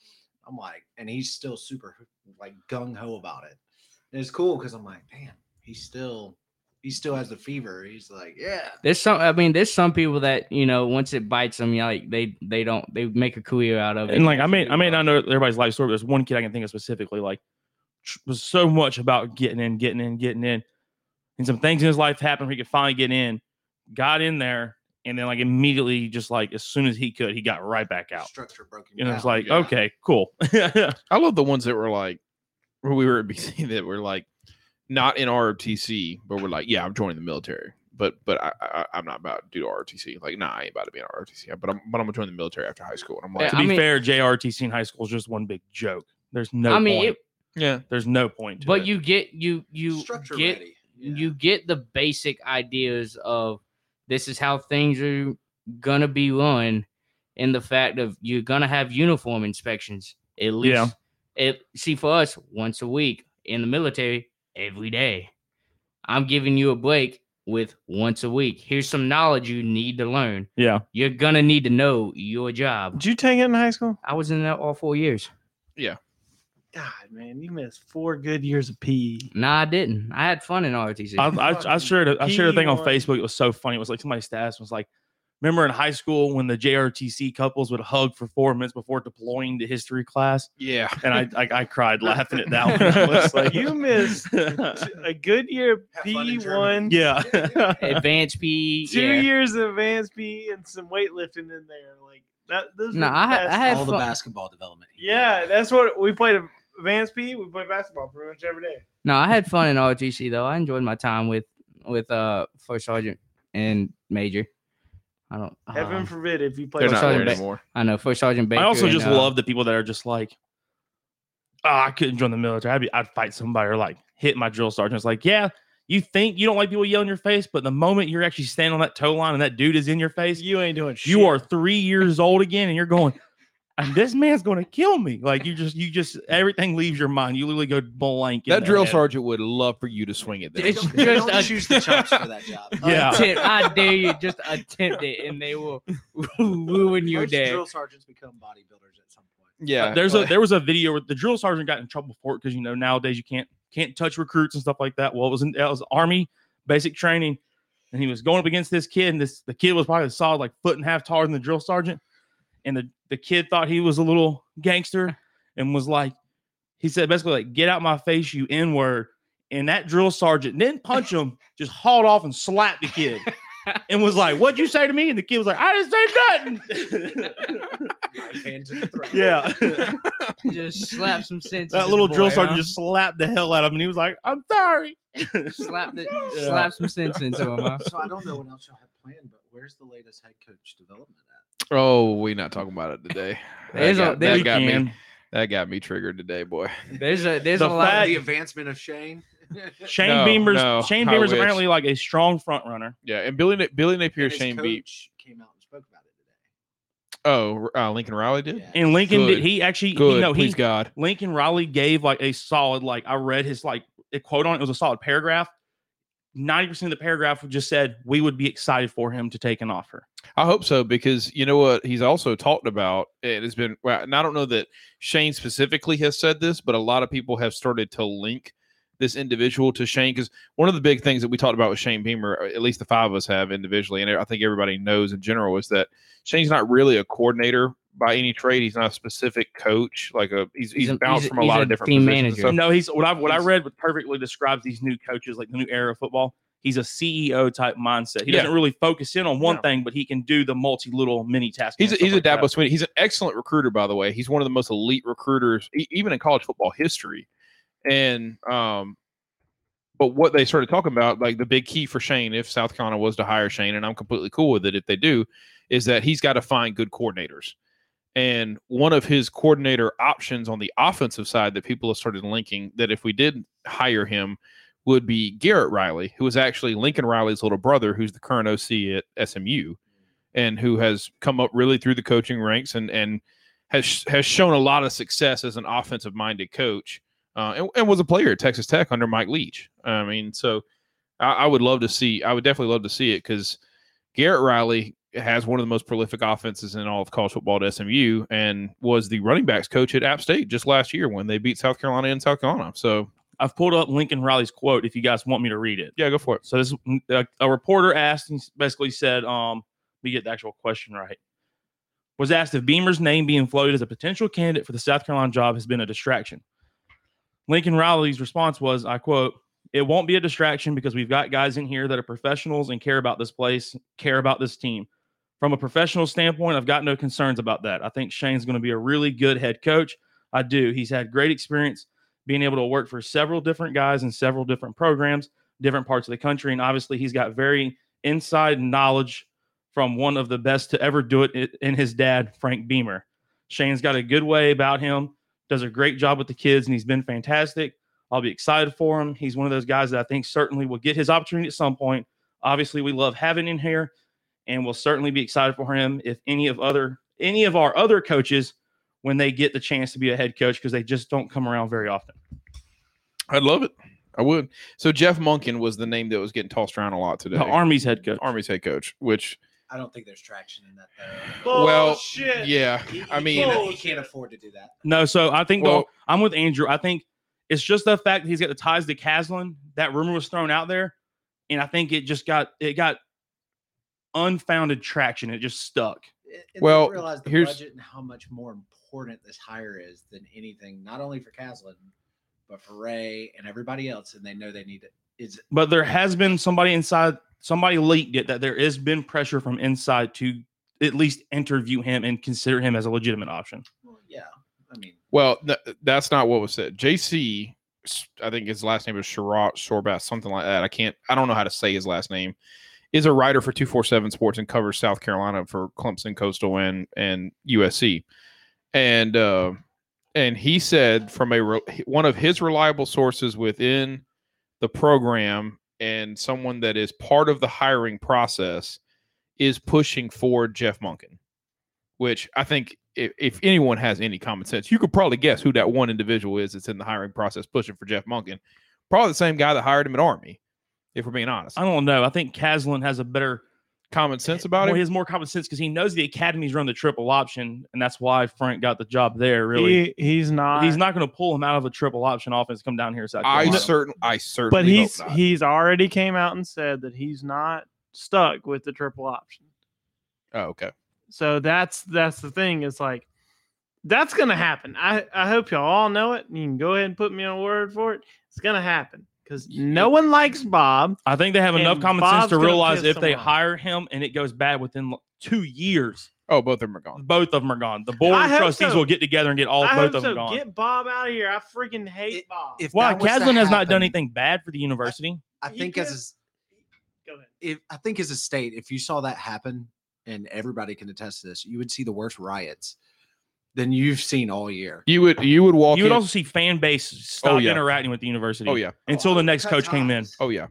S4: I'm like, and he's still super like gung ho about it. And it's cool because I'm like, man, he's still, he still has the fever. He's like, yeah,
S2: There's some. I mean, there's some people that you know. Once it bites them, you like they they don't they make a career out of it.
S1: and like I may I may not know everybody's life story, but there's one kid I can think of specifically, like tr- was so much about getting in, getting in, getting in. And some things in his life happened where he could finally get in, got in there, and then like immediately just like as soon as he could, he got right back out.
S4: structure broken.
S1: And I was
S4: down."
S1: like,
S5: yeah.
S1: okay, cool.
S5: I love the ones that were like when we were at BC that were like not in ROTC, but we're like, yeah, I'm joining the military, but but I, I I'm not about to do ROTC. Like, nah, I ain't about to be in ROTC, but I'm but I'm gonna join the military after high school. And I'm like,
S1: to
S2: I
S1: be
S2: mean-
S1: fair, JRTC in high school is just one big joke. There's no
S2: I mean,
S1: point.
S2: it,
S5: yeah,
S1: there's no point. To
S2: but
S1: it.
S2: you get you you
S4: structure
S2: get
S4: ready. Yeah.
S2: you get the basic ideas of this is how things are gonna be run, and the fact of you're gonna have uniform inspections at least.
S1: Yeah.
S2: It see for us once a week in the military every day. I'm giving you a break with once a week. Here's some knowledge you need to learn.
S1: yeah.
S2: You're gonna need to know your job.
S6: Oh. Did you take it in high school?
S2: I was in that all four years.
S6: God, man, you missed four good years of PE.
S2: Nah, I didn't. I had fun in ROTC.
S1: I, I, I shared a, I shared a thing on
S6: P1.
S1: Facebook. It was so funny. It was like somebody's stats was like, remember in high school when the JRTC couples would hug for four minutes before deploying to history class,
S5: Yeah.
S1: and I I, I cried laughing at that one. I was like,
S6: You missed a good year of
S4: Have fun in
S6: PE
S4: Germany.
S6: one,
S1: yeah,
S2: Advanced P. E,
S6: two
S2: Yeah.
S6: years of advanced PE, and some weightlifting in there. Like that. Those
S2: No,
S6: were
S2: I had-
S6: best-
S2: I had-
S4: all the
S2: fun.
S4: basketball development.
S6: Yeah, that's what we played. Advanced PE, we played basketball pretty much every day.
S2: No, I had fun in ROTC though. I enjoyed my time with with uh first sergeant and major. I don't.
S6: Heaven
S2: um,
S6: forbid if you play.
S5: They're not
S2: Sorry,
S5: there
S2: but-
S5: anymore.
S2: I know first sergeant Baker.
S1: I also
S2: and,
S1: just
S2: uh,
S1: love the people that are just like, oh, I couldn't join the military. I'd be, I'd fight somebody or like hit my drill sergeant. It's like, yeah, you think you don't like people yelling in your face, but the moment you're actually standing on that toe line and that dude is in your face,
S6: You ain't doing shit.
S1: you are three years old again, and you're going. And this man's going to kill me. Like you just, you just, everything leaves your mind. You literally go blank. in
S5: That
S1: the
S5: drill
S1: head.
S5: sergeant would love for you to swing at them.
S2: It's
S4: Don't,
S2: just
S4: don't
S2: a-
S4: choose the chumps for that job.
S1: Yeah.
S2: Attempt, I dare you, just attempt it, and they will ruin your
S4: Most
S2: day.
S4: drill sergeants become bodybuilders at some point.
S5: yeah.
S1: Uh, there's a
S5: but-
S1: there was a video where the drill sergeant got in trouble for it because you know nowadays you can't can't touch recruits and stuff like that. Well, it was in, it was army basic training, and he was going up against this kid, and this the kid was probably a solid like foot and a half taller than the drill sergeant, and the the kid thought he was a little gangster and was like, he said basically like get out my face you n word, and that drill sergeant didn't punch him, just hauled off and slapped the kid. And was like, "What'd you say to me?" And the kid was like, "I didn't say nothing."
S4: Right hand to the throat.
S1: yeah,
S2: Just slap some sense. into
S1: That
S2: the
S1: little drill
S2: boy,
S1: sergeant
S2: huh?
S1: just slapped the hell out of him, and he was like, "I'm sorry."
S2: slap the,
S1: Yeah.
S2: slap some sense into him. Huh?
S4: So I don't know what else y'all have planned, but where's the latest head coach development at?
S5: oh, we're not talking about it today. That
S2: There's a-
S5: got,
S2: there's-
S5: that got me. That got me triggered today, boy.
S2: There's a there's
S1: The
S2: a lot.
S1: fact-
S2: of,
S4: The advancement of Shane.
S1: Shane
S5: No,
S1: Beamer's
S5: no,
S1: Shane
S5: I
S1: Beamer's
S5: wish.
S1: apparently like a strong front runner.
S5: Yeah, and Billy Na- Billy Napier,
S4: And his
S5: Shane
S4: coach
S5: beat.
S4: came out and spoke about it
S5: Oh, uh, Lincoln Riley did.
S4: today.
S1: And Lincoln did
S5: Good.
S1: he actually
S5: Good,
S1: you know
S5: please
S1: he
S5: God.
S1: Lincoln Riley gave like a solid like I read his like a quote on it, it was a solid paragraph. Ninety percent of the paragraph just said we would be excited for him to take an offer.
S5: I hope so because you know what he's also talked about. It has been, well, and I don't know that Shane specifically has said this, but a lot of people have started to link this individual to Shane because one of the big things that we talked about with Shane Beamer, or at least the five of us have individually, and e, I think everybody knows in general, is that Shane's not really a coordinator by any trade. He's not a specific coach. Like a he's he's,
S2: He's a-
S5: bounced
S2: he's a-
S5: from a
S2: he's
S5: lot
S2: a
S5: of different
S2: team
S5: positions and
S2: manager.
S5: stuff.
S1: no, he's what I what I
S5: he's-
S1: read perfectly describes these new coaches like the new era of football. He's a CEO type mindset. He
S5: Yeah.
S1: doesn't really focus in on one
S6: No.
S1: thing, but he can do the multi little mini tasks.
S5: He's a,
S1: and
S5: he's
S1: stuff
S5: a
S1: like that.
S5: Dabo Swinney. He's an excellent recruiter, by the way. He's one of the most elite recruiters, e- even in college football history. And um, but what they started talking about, like the big key for Shane, if South Carolina was to hire Shane, and I'm completely cool with it if they do, is that he's got to find good coordinators. And one of his coordinator options on the offensive side that people have started linking that if we did hire him would be Garrett Riley, who is actually Lincoln Riley's little brother, who's the current OC at SMU and who has come up really through the coaching ranks and and has has shown a lot of success as an offensive minded coach uh, and, and was a player at Texas Tech under Mike Leach. I mean, so I, I would love to see. I would definitely love to see it because Garrett Riley has one of the most prolific offenses in all of college football at SMU and was the running backs coach at App State just last year when they beat South Carolina in South Carolina. So
S1: I've pulled up Lincoln Riley's quote if you guys want me to read it.
S5: yeah, go for it.
S1: So this mm, a, a reporter asked and basically said, um, let me get the actual question right. Was asked if Beamer's name being floated as a potential candidate for the South Carolina job has been a distraction. Lincoln Riley's response was, I quote, it won't be a distraction because we've got guys in here that are professionals and care about this place, care about this team. From a professional standpoint, I've got no concerns about that. I think Shane's going to be a really good head coach. I do. He's had great experience being able to work for several different guys in several different programs, different parts of the country. And obviously, he's got very inside knowledge from one of the best to ever do it i- in his dad, Frank Beamer. Shane's got a good way about him, does a great job with the kids, and he's been fantastic. I'll be excited for him. He's one of those guys that I think certainly will get his opportunity at some point. Obviously, we love having him here, and we'll certainly be excited for him if any of other any of our other coaches when they get the chance to be a head coach because they just don't come around very often.
S5: I'd love it. I would. So Jeff Munkin was the name that was getting tossed around a lot today.
S1: The Army's head coach.
S5: Army's head coach, which
S4: I don't think there's traction in that. Though.
S5: Well,
S7: Bullshit.
S5: Yeah,
S4: He- he
S5: I mean-
S4: can't- he can't afford to do that.
S1: No, so I think the-
S5: Well-
S1: I'm with Andrew. I think it's just the fact that he's got the ties to Caslin. That rumor was thrown out there, and I think it just got it got unfounded traction. It just stuck.
S4: And they
S5: Well,
S4: realize the
S5: here's-
S4: budget and how much more important this hire is than anything, not only for Caslin, but for Ray and everybody else. And they know they need it. Is
S1: But there has been somebody inside. Somebody leaked it that there has been pressure from inside to at least interview him and consider him as a legitimate option.
S4: well, yeah. I mean,
S5: Well, th- that's not what was said. JC, s- I think his last name is Sharat Sorbat, something like that. I can't, I don't know how to say his last name. Is a writer for 247 Sports and covers South Carolina for Clemson, Coastal, and and USC. And uh, and he said from a re- one of his reliable sources within the program and someone that is part of the hiring process is pushing for Jeff Munkin which I think if, if anyone has any common sense, you could probably guess who that one individual is that's in the hiring process pushing for Jeff Munkin. Probably the same guy that hired him at Army, if we're being honest.
S1: I don't know. I think Caslin has a better
S5: Common sense about
S1: well,
S5: it.
S1: He has more common sense because he knows the academies run the triple option, and that's why Frank got the job there. Really,
S6: He, he's not.
S1: he's not going to pull him out of a triple option offense. Come down here, South
S5: I
S1: Carolina.
S5: certain I certainly
S6: But he's
S5: hope not.
S6: he's already came out and said that he's not stuck with the triple option.
S5: oh, okay.
S6: So that's that's the thing. It's like that's gonna happen. I I hope y'all all know it. and You can go ahead and put me on word for it. It's gonna happen because no one likes Bob.
S1: I think they have enough
S6: And
S1: common
S6: Bob's
S1: sense to
S6: gonna
S1: realize
S6: piss
S1: if they
S6: someone off.
S1: hire him and it goes bad within l- two years,
S5: Oh, both of them are gone.
S1: both of them are gone. The board
S6: I
S1: of
S6: hope
S1: trustees
S6: so.
S1: will get together and get all
S6: I
S1: both
S6: hope
S1: of them
S6: so.
S1: gone.
S6: Get Bob out of here. I freaking hate
S4: It-
S6: Bob.
S4: if
S1: Why?
S4: that was to
S1: Caslin has not
S4: happen,
S1: done anything bad for the university.
S4: I
S6: He
S4: think
S6: could-
S4: as
S6: go ahead.
S4: if I think as a state, if you saw that happen, and everybody can attest to this, you would see the worst riots than you've seen all year.
S5: You would you would walk
S1: You would
S5: in-
S1: also see fan base stop
S5: Oh, yeah.
S1: interacting with the university
S5: Oh yeah.
S1: until the next coach came in.
S5: Oh yeah.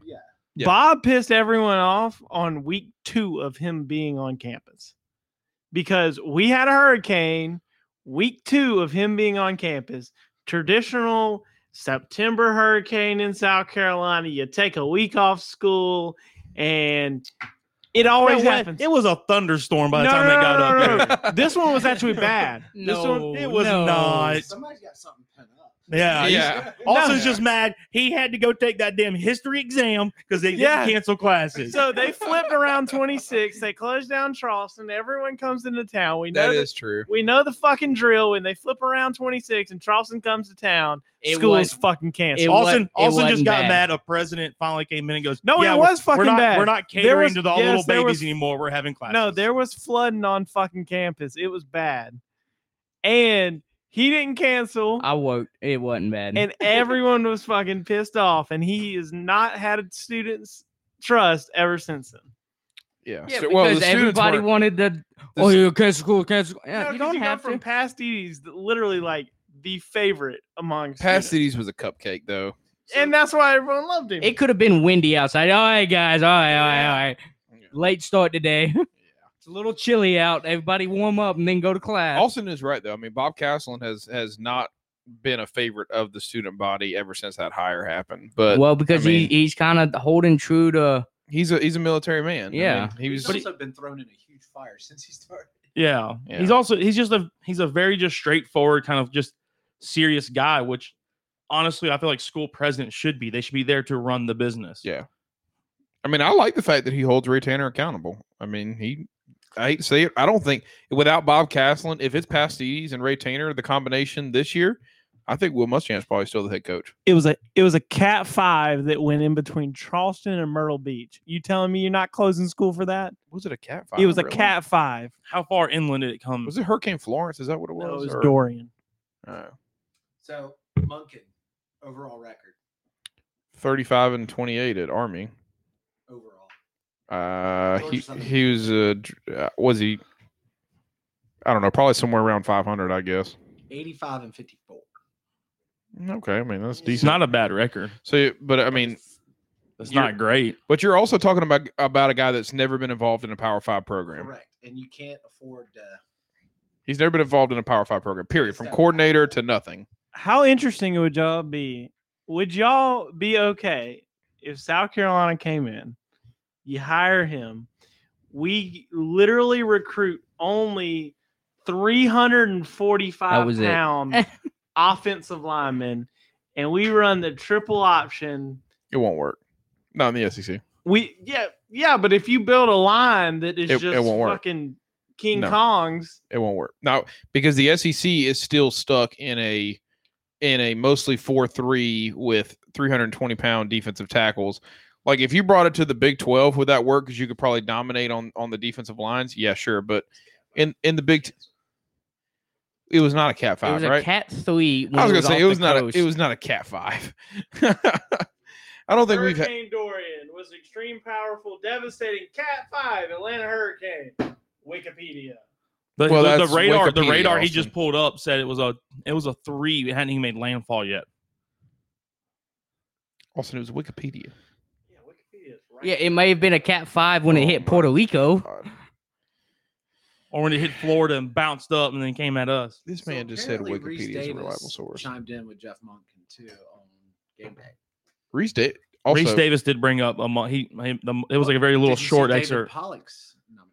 S5: Yeah.
S6: Bob pissed everyone off on week two of him being on campus because we had a hurricane. Week two of him being on campus, traditional September hurricane in South Carolina. You take a week off school, and it always
S1: No way.
S6: happens.
S1: Oh, It was a thunderstorm by the
S6: No,
S1: time
S6: no,
S1: they
S6: no,
S1: got
S6: no,
S1: up
S6: no,
S1: there.
S6: no, This one was actually bad. this
S2: No,
S6: one, it was
S2: no.
S6: not.
S4: Somebody's got something pent up.
S1: Yeah, he's-
S5: Yeah.
S1: Also,
S5: No.
S1: just mad he had to go take that damn history exam because they
S6: Yeah.
S1: didn't cancel classes.
S6: So they flipped around 26. They closed down Charleston. Everyone comes into town. We know
S5: That
S6: that-
S5: is true.
S6: We know the fucking drill when they flip around 26 and Charleston comes to town.
S2: It
S6: school
S2: was-
S6: is fucking canceled.
S2: it wa-
S1: Austin,
S2: wa- it
S1: Austin just
S2: wasn't
S1: got
S2: bad.
S1: mad. A president finally came in and goes,
S6: no,
S1: "Yeah,
S6: it
S1: we're-
S6: was fucking
S1: we're not,
S6: bad.
S1: We're not
S6: There
S1: catering
S6: was-
S1: to the
S6: yes,
S1: little
S6: there
S1: babies
S6: was-
S1: anymore. We're having classes.
S6: no, there was flooding on fucking campus. It was bad, and he didn't cancel.
S1: Uh,
S2: I woke. It wasn't bad.
S6: and everyone was fucking pissed off, and he has not had a student's trust ever since then.
S5: Yeah.
S2: yeah,
S5: So- well, the
S2: because
S5: students
S2: everybody
S5: weren't-
S2: wanted the.
S5: the
S2: Oh,
S5: s-
S2: you cancel school, cancel. school." Yeah,
S6: No,
S2: you
S6: 'cause
S2: don't
S6: go
S2: have
S6: from
S2: to.
S6: Pastides, literally like the favorite among students.
S5: Pastides was a cupcake though.
S6: and that's why everyone loved him.
S2: It could have been windy outside. All right, guys. All right, all right, all right.
S5: Yeah.
S2: Late start today. it's a little chilly out. Everybody warm up and then go to class.
S5: Austin is right though. I mean, Bob Caslin has has not been a favorite of the student body ever since that hire happened. But
S2: well, because
S5: I mean-
S2: he, he's kind of holding true to.
S5: he's a he's a military man. I mean,
S2: Yeah.
S5: he was.
S4: He's also been thrown in a huge fire since he started.
S1: yeah.
S5: Yeah.
S1: he's also he's just a he's a very just straightforward kind of just serious guy. Which honestly, I feel like school presidents should be. They should be there to run the business.
S5: Yeah. I mean, I like the fact that he holds Ray Tanner accountable. I mean, he. I hate to say it. I don't think without Bob Caslin, if it's Pastides and Ray Tanner, the combination this year, I think Will Muschamp probably still the head coach.
S6: it was a it was a cat five that went in between Charleston and Myrtle Beach. You telling me you're not closing school for that?
S5: Was it a cat fight?
S6: It was a cat five.
S1: How far inland did it come?
S5: Was it Hurricane Florence? Is that what it was?
S6: No, it was
S5: Or-
S6: Dorian.
S5: uh,
S4: So Munkin, overall record,
S5: Thirty-five and twenty-eight at Army.
S4: overall.
S5: Uh,
S4: George
S5: he
S4: Southern.
S5: he was uh, dr- uh, was he? I don't know. Probably somewhere around five hundred, I guess.
S4: 85 and 54.
S5: Okay, I mean that's
S1: it's
S5: decent.
S1: not a bad record.
S5: so, but I mean,
S1: It's
S5: You're-
S1: not great.
S5: But you're also talking about about a guy that's never been involved in a Power Five program.
S4: Correct. And you can't afford to.
S5: He's never been involved in a Power Five program. Period. From
S4: Exactly.
S5: coordinator to nothing.
S6: How interesting would y'all be? Would y'all be okay if South Carolina came in, you hire him, we literally recruit only 345
S2: That was it.
S6: pound offensive linemen, and we run the triple option.
S5: It won't work. Not in the E SEC.
S6: We yeah yeah, but if you build a line that is
S5: It- it
S6: just
S5: won't work.
S6: fucking King
S5: No.
S6: Kong's,
S5: It won't work. Now because the SEC is still stuck in a in a mostly four three with 320 pound defensive tackles. Like if you brought it to the Big 12, would that work? Because you could probably dominate on on the defensive lines. Yeah, sure. But in in the Big, T- it was not a Cat
S2: It
S5: Five,
S2: was a
S5: right?
S2: cat three. When
S5: I was gonna
S2: off
S5: say it was
S2: the
S5: not
S2: coast.
S5: a, it was not a Cat Five. I don't think we've had.
S6: Hurricane Dorian was extreme, powerful, devastating Cat Five Atlanta Hurricane. Wikipedia.
S1: The,
S5: Well,
S1: the- the,
S5: that's
S1: radar, the
S5: Wikipedia,
S1: radar he
S5: Austin.
S1: just pulled up said it was a it was a three. It hadn't even made landfall yet.
S5: Austin, it was Wikipedia.
S6: Yeah, Wikipedia is right.
S2: Yeah, it may have been a cat five when it
S5: Oh
S2: hit
S5: my
S2: Puerto Rico.
S5: God.
S1: Or when it hit Florida and bounced up and then came at us.
S5: This
S4: So
S5: man just said
S4: apparently Reese
S5: Wikipedia is a reliable
S4: Davis
S5: source.
S4: Chimed in with Jeff Monken too on game day.
S5: Reese Davis. Also,
S1: Reese Davis did bring up a mo- he, he the, it was like a very little
S4: Did you see
S1: short
S4: David
S1: excerpt.
S4: Pollock's nominee.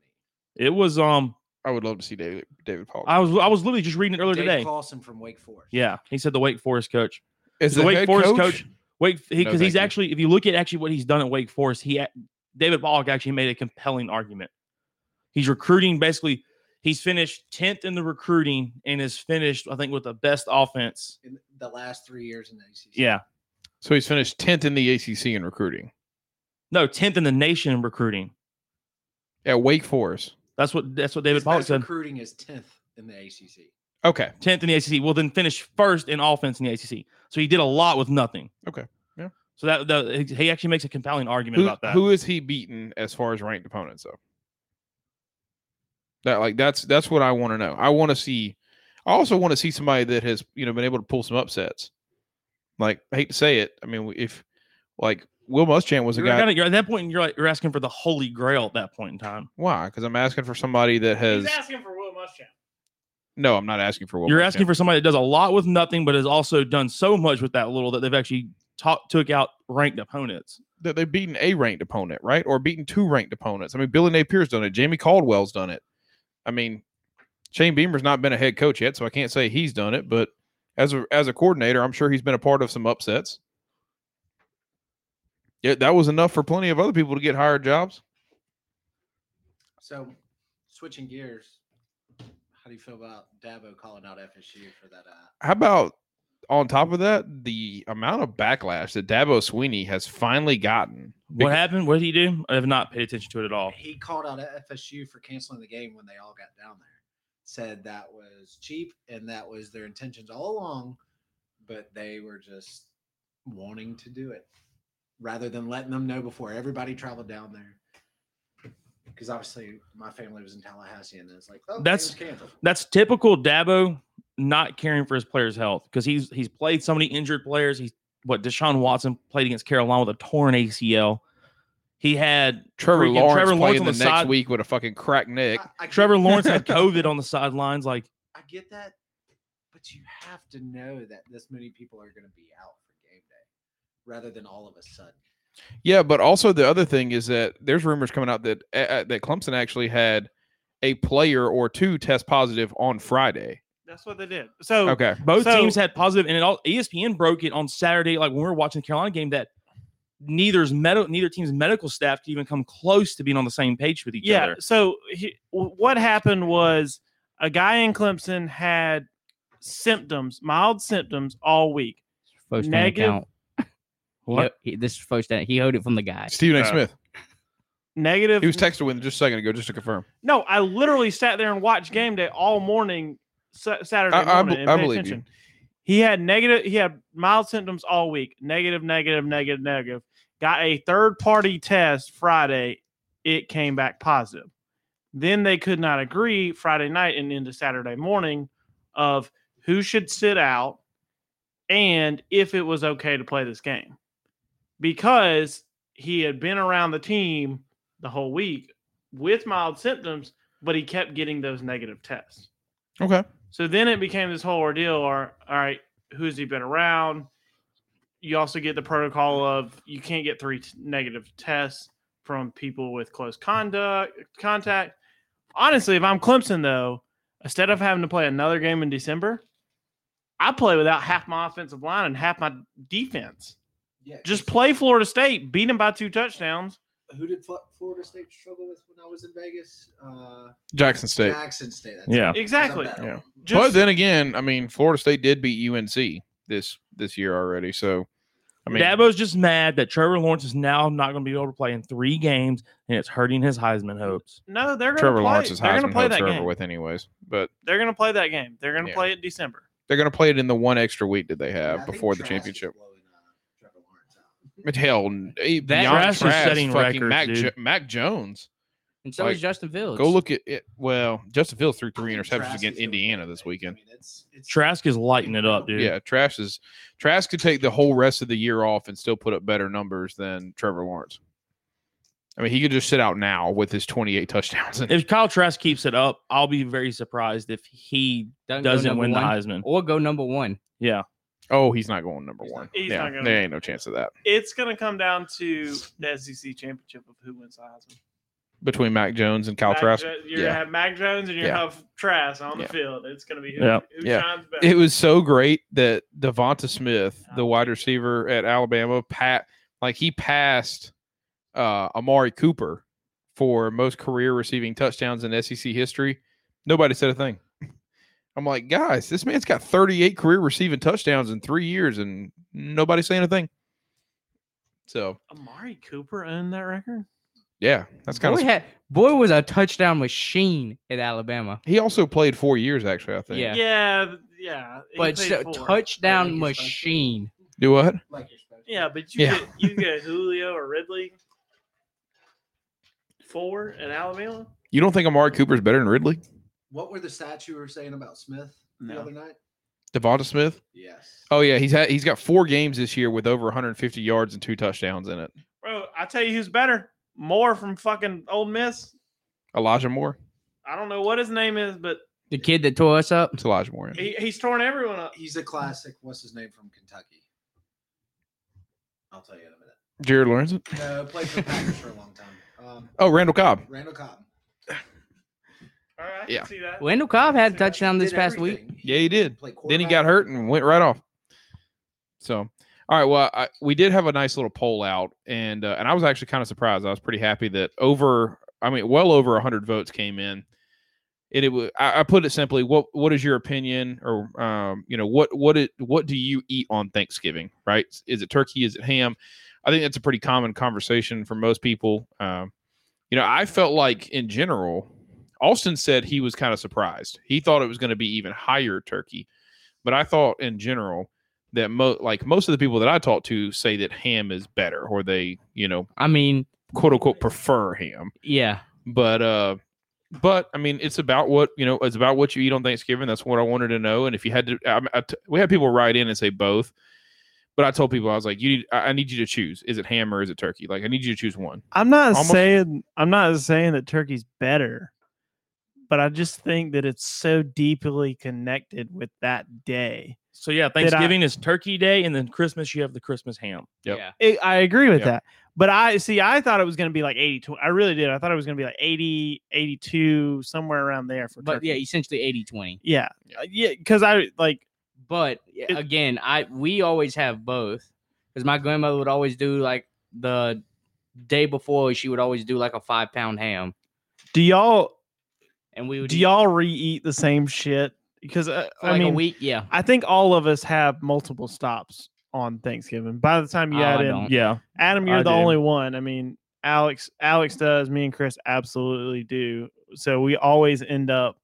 S1: It was um
S5: I would love to see David David Paul.
S1: I was I was literally just reading it earlier
S4: Dave
S1: today.
S4: Clawson from Wake Forest.
S1: Yeah, he said the Wake Forest coach.
S5: Is
S1: the Wake
S5: head
S1: Forest coach- Wake
S5: No,
S1: because
S5: thank
S1: he's
S5: you.
S1: actually if you look at actually what he's done at Wake Forest, he ac- David Pollock actually made a compelling argument. He's recruiting basically. He's finished tenth in the recruiting and is finished I think with the best offense.
S4: In the last three years in the ACC.
S1: Yeah,
S5: So he's finished tenth in the ACC in recruiting
S1: no tenth in the nation in recruiting.
S5: at Wake Forest.
S1: That's what that's what David
S4: His
S1: Pollock
S4: best
S1: said.
S4: recruiting is tenth in the ACC.
S5: Okay,
S1: tenth in the ACC. Well, then finish first in offense in the ACC. So he did a lot with nothing.
S5: Okay, yeah.
S1: So that, that he- he actually makes a compelling argument
S5: who,
S1: about that.
S5: who is he beaten as far as ranked opponents though? That like that's that's what I want to know. I want to see. I also want to see somebody that has you know been able to pull some upsets. Like I hate to say it, I mean if like Will Muschamp was a
S1: You're
S5: guy.
S1: kinda- you're at that point, you're like, you're asking for the holy grail at that point in time.
S5: Why? Because I'm asking for somebody that has.
S6: He's asking for Will Muschamp.
S5: no, I'm not asking for. Will
S1: you're
S5: Muschamp.
S1: asking for somebody that does a lot with nothing, but has also done so much with that little that they've actually taught, took out ranked opponents.
S5: that they've beaten a ranked opponent, right? Or beaten two ranked opponents. I mean, Billy Napier's done it. Jamie Caldwell's done it. I mean, Shane Beamer's not been a head coach yet, so I can't say he's done it. But as a as a coordinator, I'm sure he's been a part of some upsets. Yeah, that was enough for plenty of other people to get higher jobs.
S4: So switching gears, how do you feel about Dabo calling out FSU for that? Uh,
S5: How about on top of that, the amount of backlash that Dabo Sweeney has finally gotten?
S1: What happened? What did he do? I have not paid attention to it at all.
S4: he called out FSU for canceling the game when they all got down there. Said that was cheap and that was their intentions all along, but they were just wanting to do it rather than letting them know before everybody traveled down there. Because obviously, my family was in Tallahassee, and it's like, oh,
S1: That's-
S4: that's canceled.
S1: That's typical Dabo not caring for his players' health because he's he's played so many injured players. He's what Deshaun Watson played against Carolina with a torn ACL. He had
S5: Trevor
S1: freaking
S5: Lawrence
S1: Trevor
S5: playing
S1: Lawrence
S5: the,
S1: on
S5: next
S1: the side-
S5: week with a fucking cracked neck.
S4: I- I get-
S1: Trevor Lawrence had COVID on the sidelines. Like
S4: I get that, but you have to know that this many people are going to be out for game day, rather than all of a sudden.
S5: Yeah, but also the other thing is that there's rumors coming out that uh, that Clemson actually had a player or two test positive on Friday.
S6: That's what they did. So
S5: Okay,
S1: both
S6: So-
S1: teams had positive, and it all E ESPN broke it on Saturday. Like when we were watching the Carolina game, that neither's medical neither team's medical staff could even come close to being on the same page with each
S6: yeah.
S1: other.
S6: So he, w- what happened was a guy in Clemson had symptoms, mild symptoms all week.
S2: First
S6: Negative.
S2: negative. What? He, this is first down. He heard it from the guy.
S5: Stephen A.
S1: Uh,
S5: Smith.
S6: Negative.
S5: He was texted with just a second ago, just to confirm.
S6: no, I literally sat there and watched game day all morning Sa- Saturday
S5: I- I
S6: morning.
S5: be-
S6: and
S5: I
S6: paid
S5: believe you.
S6: attention. He had negative. He had mild symptoms all week. Negative, negative, negative, negative. Got a third party test Friday. It came back positive. Then they could not agree Friday night and into Saturday morning of who should sit out and if it was okay to play this game because he had been around the team the whole week with mild symptoms, but he kept getting those negative tests.
S5: Okay,
S6: So then it became this whole ordeal or all right, who's he been around? You also get the protocol of you can't get three t- negative tests from people with close conduct contact. Honestly, if I'm Clemson though, instead of having to play another game in December, I play without half my offensive line and half my defense.
S4: Yeah,
S6: Just play Florida State, beat them by two touchdowns.
S4: who did Fl- Florida State struggle with when I was in Vegas? Uh,
S5: Jackson State.
S4: Jackson State. That's
S1: Yeah.
S6: Exactly.
S4: That's a better one.
S6: Just
S5: but then again, I mean, Florida State did beat UNC this this year already. So, I mean,
S1: Dabo's just mad that Trevor Lawrence is now not going to be able to play in three games, and it's hurting his Heisman hopes.
S6: no, they're gonna
S5: Trevor
S6: play,
S5: Lawrence's
S6: they're
S5: Heisman
S6: gonna play
S5: hopes
S6: that
S5: are over
S6: game.
S5: with, anyways. But
S6: They're gonna play that game. They're gonna
S5: Yeah.
S6: play it December.
S5: they're going to play it in the one extra week that they
S4: Yeah, I
S5: have
S4: think
S5: before the
S4: Trask is
S5: championship.
S4: blowing, uh, Trevor Lawrence out.
S5: But hell, n- eh, beyond
S1: Trask is
S5: Trask,
S1: setting
S5: fucking
S1: records,
S5: Mac,
S1: dude.
S5: Jo- Mac Jones.
S2: And so
S5: Like,
S2: is Justin Fields.
S5: Go look at it. Well, Justin Fields threw three
S4: I think
S5: interceptions
S4: Trask
S5: against
S4: is doing
S5: Indiana
S4: better.
S5: this weekend.
S4: I mean, it's, it's
S1: Trask is lighting it up, dude.
S5: Yeah, Trask is Trask could take the whole rest of the year off and still put up better numbers than Trevor Lawrence. I mean, he could just sit out now with his 28 touchdowns. And,
S1: If Kyle Trask keeps it up, I'll be very surprised if he
S2: Doesn't go
S1: doesn't
S2: number
S1: win the
S2: one,
S1: Heisman.
S2: or go number one.
S1: Yeah.
S5: oh, he's not going number
S4: He's
S5: one.
S4: not-
S6: he's
S5: yeah,
S6: not gonna-
S5: there ain't no chance of that
S6: It's gonna come down to the SEC championship of who wins the Heisman.
S5: between Mac Jones and Kyle
S6: Mac
S5: Trask.
S6: Jo- you're
S5: Yeah.
S6: gonna have Mac Jones and you're
S5: Yeah.
S6: gonna have Trask on
S5: Yeah.
S6: the field. It's gonna be who,
S1: Yeah.
S6: who
S5: Yeah.
S6: shines better.
S5: It was so great that Devonta Smith, the wide receiver at Alabama, pat like he passed uh, Amari Cooper for most career receiving touchdowns in SEC history. Nobody said a thing. I'm like, guys, this man's got 38 career receiving touchdowns in three years, and nobody's saying a thing. So
S6: Amari Cooper owned that record.
S5: yeah, that's kind
S2: boy,
S5: of.
S2: had, boy was a touchdown machine at Alabama.
S5: He also played four years, actually. I think.
S2: Yeah.
S6: Yeah, th- yeah. he
S2: But
S6: played
S2: so,
S6: four.
S2: touchdown
S4: Like, it's like-
S2: machine.
S5: Do what?
S4: like you're supposed to.
S6: Yeah, but you
S5: Yeah.
S6: get you get Julio or Ridley four at Alabama.
S5: You don't think Amari Cooper's better than Ridley?
S4: What were the stats you were saying about Smith
S6: No.
S4: the other night?
S5: Devonta Smith?
S4: Yes.
S5: Oh yeah, he's had he's got four games this year with over 150 yards and two touchdowns in it.
S6: Bro, I tell you who's better. Moore from fucking Old Miss.
S5: Elijah Moore,
S6: I don't know what his name is, but
S2: The kid that tore us up.
S5: it's Elijah Moore. yeah.
S6: he, he's torn everyone up.
S4: He's a classic. What's his name from Kentucky? I'll tell you in a minute.
S5: Jared Lawrence.
S4: No, played for the Packers for a long time. Um,
S5: Oh, Randall Cobb.
S4: Randall Cobb.
S6: All right, I can
S5: Yeah.
S6: see that.
S2: Wendell Cobb had a
S6: See that.
S2: touchdown this
S4: Did
S2: past week.
S4: everything.
S5: Yeah, he did.
S4: Played
S5: Then he
S4: quarterback.
S5: got hurt and went right off. So, all right. Well, I, we did have a nice little poll out, and uh, and I was actually kind of surprised. I was pretty happy that over, I mean, well over 100 votes came in. It, it was, I, I put it simply. What what is your opinion, or um, you know, what what it what do you eat on Thanksgiving? Right? Is it turkey? Is it ham? I think that's a pretty common conversation for most people. Um, you know, I felt like in general, Austin said he was kind of surprised. He thought it was going to be even higher turkey, but I thought in general that mo- like most of the people that I talk to say that ham is better, or they you know
S2: I mean,
S5: quote unquote prefer ham.
S2: yeah.
S5: But uh, but I mean, it's about what you know. It's about what you eat on Thanksgiving. That's what I wanted to know. And if you had to, I, I t- we had people write in and say both. But I told people I was like, you need, I I need you to choose. Is it ham or is it turkey? Like I need you to choose one.
S6: I'm not
S5: Almost-
S6: saying I'm not saying that turkey's better, but I just think that it's so deeply connected with that day.
S1: So yeah,
S6: I-
S1: Thanksgiving is Turkey Day, and then Christmas you have the Christmas ham.
S5: Yep.
S2: Yeah.
S6: It, I agree with
S5: Yeah.
S6: that. But I see, I thought it was going to be like 80, 20. I really did. I thought it was going to be like 80, 82, somewhere around there for
S2: But
S6: turkey.
S2: yeah, essentially 80 20.
S6: yeah. Uh, Yeah. Because I like,
S2: But yeah,
S6: It-
S2: again, I we always have both because my grandmother would always do like the day before she would always do like a five pound ham,
S6: do y'all,
S2: and we would
S6: do
S2: eat
S6: y'all re eat the same shit? Because uh,
S2: for
S6: I
S2: like a
S6: mean,
S2: week. Yeah,
S6: I think all of us have multiple stops on Thanksgiving. By the time you
S2: Oh,
S6: add
S2: I
S6: in
S2: don't.
S1: Yeah,
S6: Adam, you're
S1: I
S6: the
S1: do.
S6: only one. I mean, Alex, Alex does. Me and Chris absolutely do. So we always end up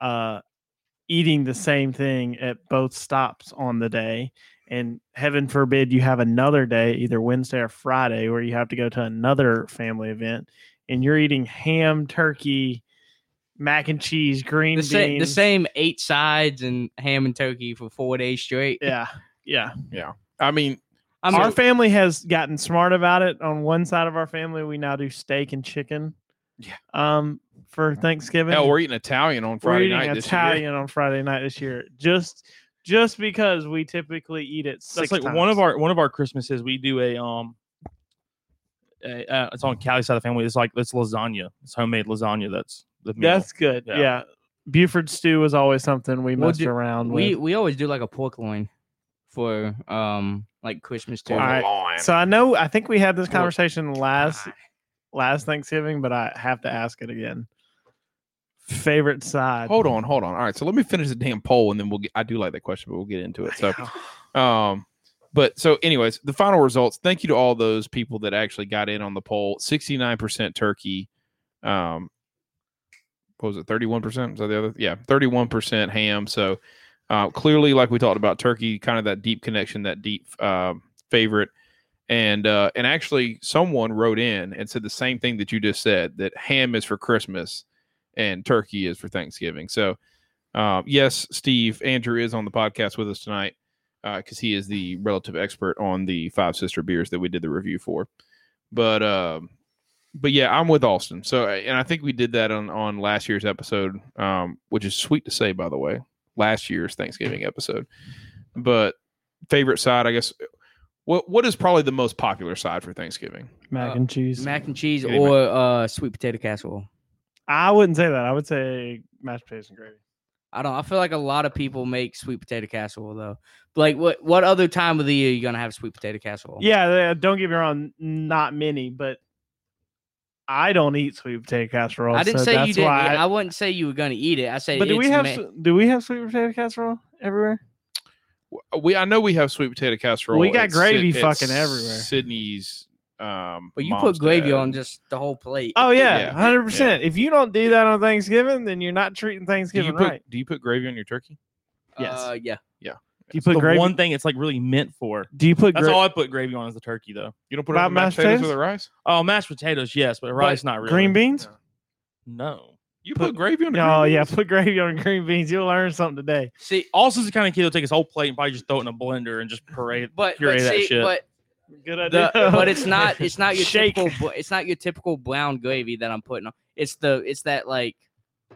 S6: uh, eating the same thing at both stops on the day. And heaven forbid you have another day, either Wednesday or Friday, where you have to go to another family event, and you're eating ham, turkey, mac and cheese, green
S2: the,
S6: beans.
S2: sa- the same eight sides and ham and turkey for four days straight.
S6: Yeah, yeah.
S5: I mean,
S2: I
S6: our
S2: mean,
S6: family has gotten smart about it. On one side of our family, we now do steak and chicken.
S5: Yeah.
S6: Um, for Thanksgiving.
S5: hell, we're eating Italian on
S6: We're
S5: Friday
S6: eating
S5: night this year.
S6: Italian on Friday night this year. Just just because we typically eat it six
S1: that's like one of
S6: times.
S1: our one of our Christmases. We do a um, uh, uh, it's on Cali side of the family. It's like it's lasagna. It's homemade lasagna. That's the meal.
S6: That's good.
S1: Yeah.
S6: Yeah. Buford stew is always something we
S2: We'll
S6: messed
S2: do-
S6: around
S2: We
S6: with.
S2: we always do like a pork loin for um like Christmas too.
S5: Oh,
S6: All right. So I know I think we had this conversation last
S2: Pie.
S6: last Thanksgiving, but I have to ask it again. Favorite side.
S5: Hold on, hold on. All right, so let me finish the damn poll, and then we'll get. I do like that question, but we'll get into it. So, um, but so, anyways, the final results. Thank you to all those people that actually got in on the poll. Sixty-nine percent turkey. Um, what was it? Thirty-one percent. So the other, yeah, thirty-one percent ham. So, uh, clearly, like we talked about, turkey, kind of that deep connection, that deep um favorite. And uh, and actually, someone wrote in and said the same thing that you just said that ham is for Christmas and turkey is for Thanksgiving. So, um, yes, Steve Andrew is on the podcast with us tonight because uh, he is the relative expert on the Five Sister beers that we did the review for. But um, but yeah, I'm with Austin. So and I think we did that on on last year's episode, um, which is sweet to say by the way, last year's Thanksgiving episode. But favorite side, I guess. What what is probably the most popular side for Thanksgiving?
S6: Mac
S2: Uh,
S6: and cheese.
S2: Mac and cheese
S5: Anyway.
S2: or uh sweet potato casserole.
S6: I wouldn't say that. I would say mashed potatoes and gravy.
S2: I don't. I feel like a lot of people make sweet potato casserole though. Like what what other time of the year you gonna have sweet potato casserole?
S6: Yeah, they- don't get me wrong, not many, but I don't eat sweet potato casserole.
S2: I didn't
S6: so
S2: say
S6: that's
S2: you didn't. e,
S6: why
S2: I, wouldn't say you were gonna eat it. I said.
S6: but do we
S2: it's
S6: have
S2: ma-
S6: s- do we have sweet potato casserole everywhere?
S5: W- We I know we have sweet potato casserole.
S6: We got
S5: at Syd-
S6: gravy
S5: at
S6: fucking everywhere.
S5: Sydney's. Um,
S2: But you put
S5: mom's
S2: gravy
S5: dad.
S2: on just the whole plate. Uh,
S6: Oh
S5: Yeah.
S6: yeah, hundred percent. If you don't do that on Thanksgiving, then you're not treating
S5: Do
S6: Thanksgiving
S5: you put
S6: right.
S5: Do you put gravy on your turkey?
S6: yes.
S2: Uh, yeah.
S6: Do you put
S1: the
S6: gravy?
S1: one thing it's like really meant for.
S6: do you put
S1: That's
S6: gra-
S1: all I put gravy on is the turkey though.
S5: You don't put
S6: Not
S5: it on mashed
S6: mashed
S5: potatoes,
S6: potatoes?
S5: with the rice.
S1: Oh, mashed potatoes, yes, but rice not really.
S6: green beans?
S5: No.
S1: No.
S5: You
S6: Put-
S5: put, gravy on. the
S6: Oh
S5: green
S6: yeah,
S5: beans?
S6: put gravy on green beans. You'll learn something today.
S2: See,
S1: Alston's the kind of kid that'll take his whole plate and probably just throw it in a blender and just parade,
S2: but
S1: puree
S2: but
S1: that
S2: see,
S1: shit.
S2: but
S6: Good
S2: the,
S6: idea.
S2: but it's not it's not your
S6: Shake.
S2: typical bl- it's not your typical brown gravy that I'm putting on. It's the it's that like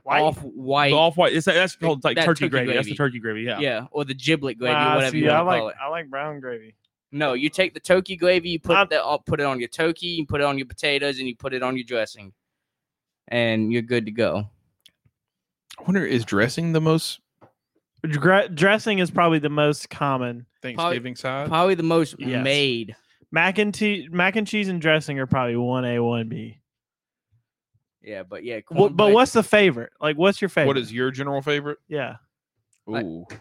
S2: off white.
S1: the off white. It's that's called like
S2: that
S1: turkey,
S2: turkey
S1: gravy. That's the
S2: gravy.
S1: turkey gravy. Yeah.
S2: yeah. or the giblet gravy,
S6: Ah,
S2: whatever
S6: see,
S2: you want
S6: I
S2: to
S6: like
S2: call it.
S6: I like brown gravy.
S2: No, you take the turkey gravy, you put
S6: I'm-
S2: that all put it on your turkey, you put it on your potatoes, and you put it on your dressing, and you're good to go.
S5: I wonder is dressing the most
S6: Dre- dressing is probably the most common.
S5: Thanksgiving side?
S2: Probably the most
S6: Yes.
S2: made.
S6: Mac and te- mac and cheese and dressing are probably one A one B.
S2: Yeah, but yeah.
S6: What, but
S2: cornbread-
S6: what's the favorite? Like, what's your favorite?
S5: What is your general favorite?
S6: Yeah,
S5: Ooh,
S2: Like-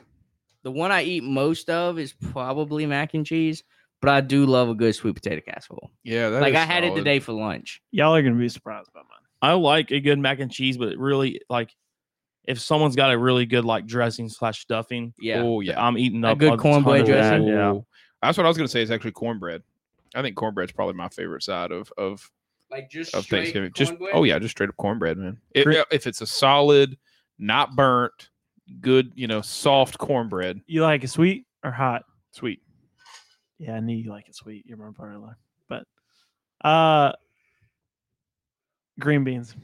S2: the one I eat most of is probably mac and cheese, but I do love a good sweet potato casserole.
S5: yeah, that
S2: like
S5: is
S2: I had it
S5: solid.
S2: today for lunch.
S6: y'all are gonna be surprised by mine.
S1: I like a good mac and cheese, but it really like if someone's got a really good like dressing slash stuffing,
S2: Yeah.
S5: Oh yeah,
S1: I'm eating
S2: A
S1: up
S2: good
S1: ton of
S2: cornbread
S1: that,
S2: dressing.
S1: Yeah.
S5: Ooh. That's what I was gonna say. Is actually cornbread. I think cornbread's probably my favorite side of of,
S2: Like just
S5: of Thanksgiving. Just oh yeah, just straight up cornbread, man. If, if it's a solid, not burnt, good, you know, soft cornbread,
S6: You like it sweet or hot?
S5: sweet.
S6: Yeah, I knew you like it sweet. You're my brother, but uh, green beans.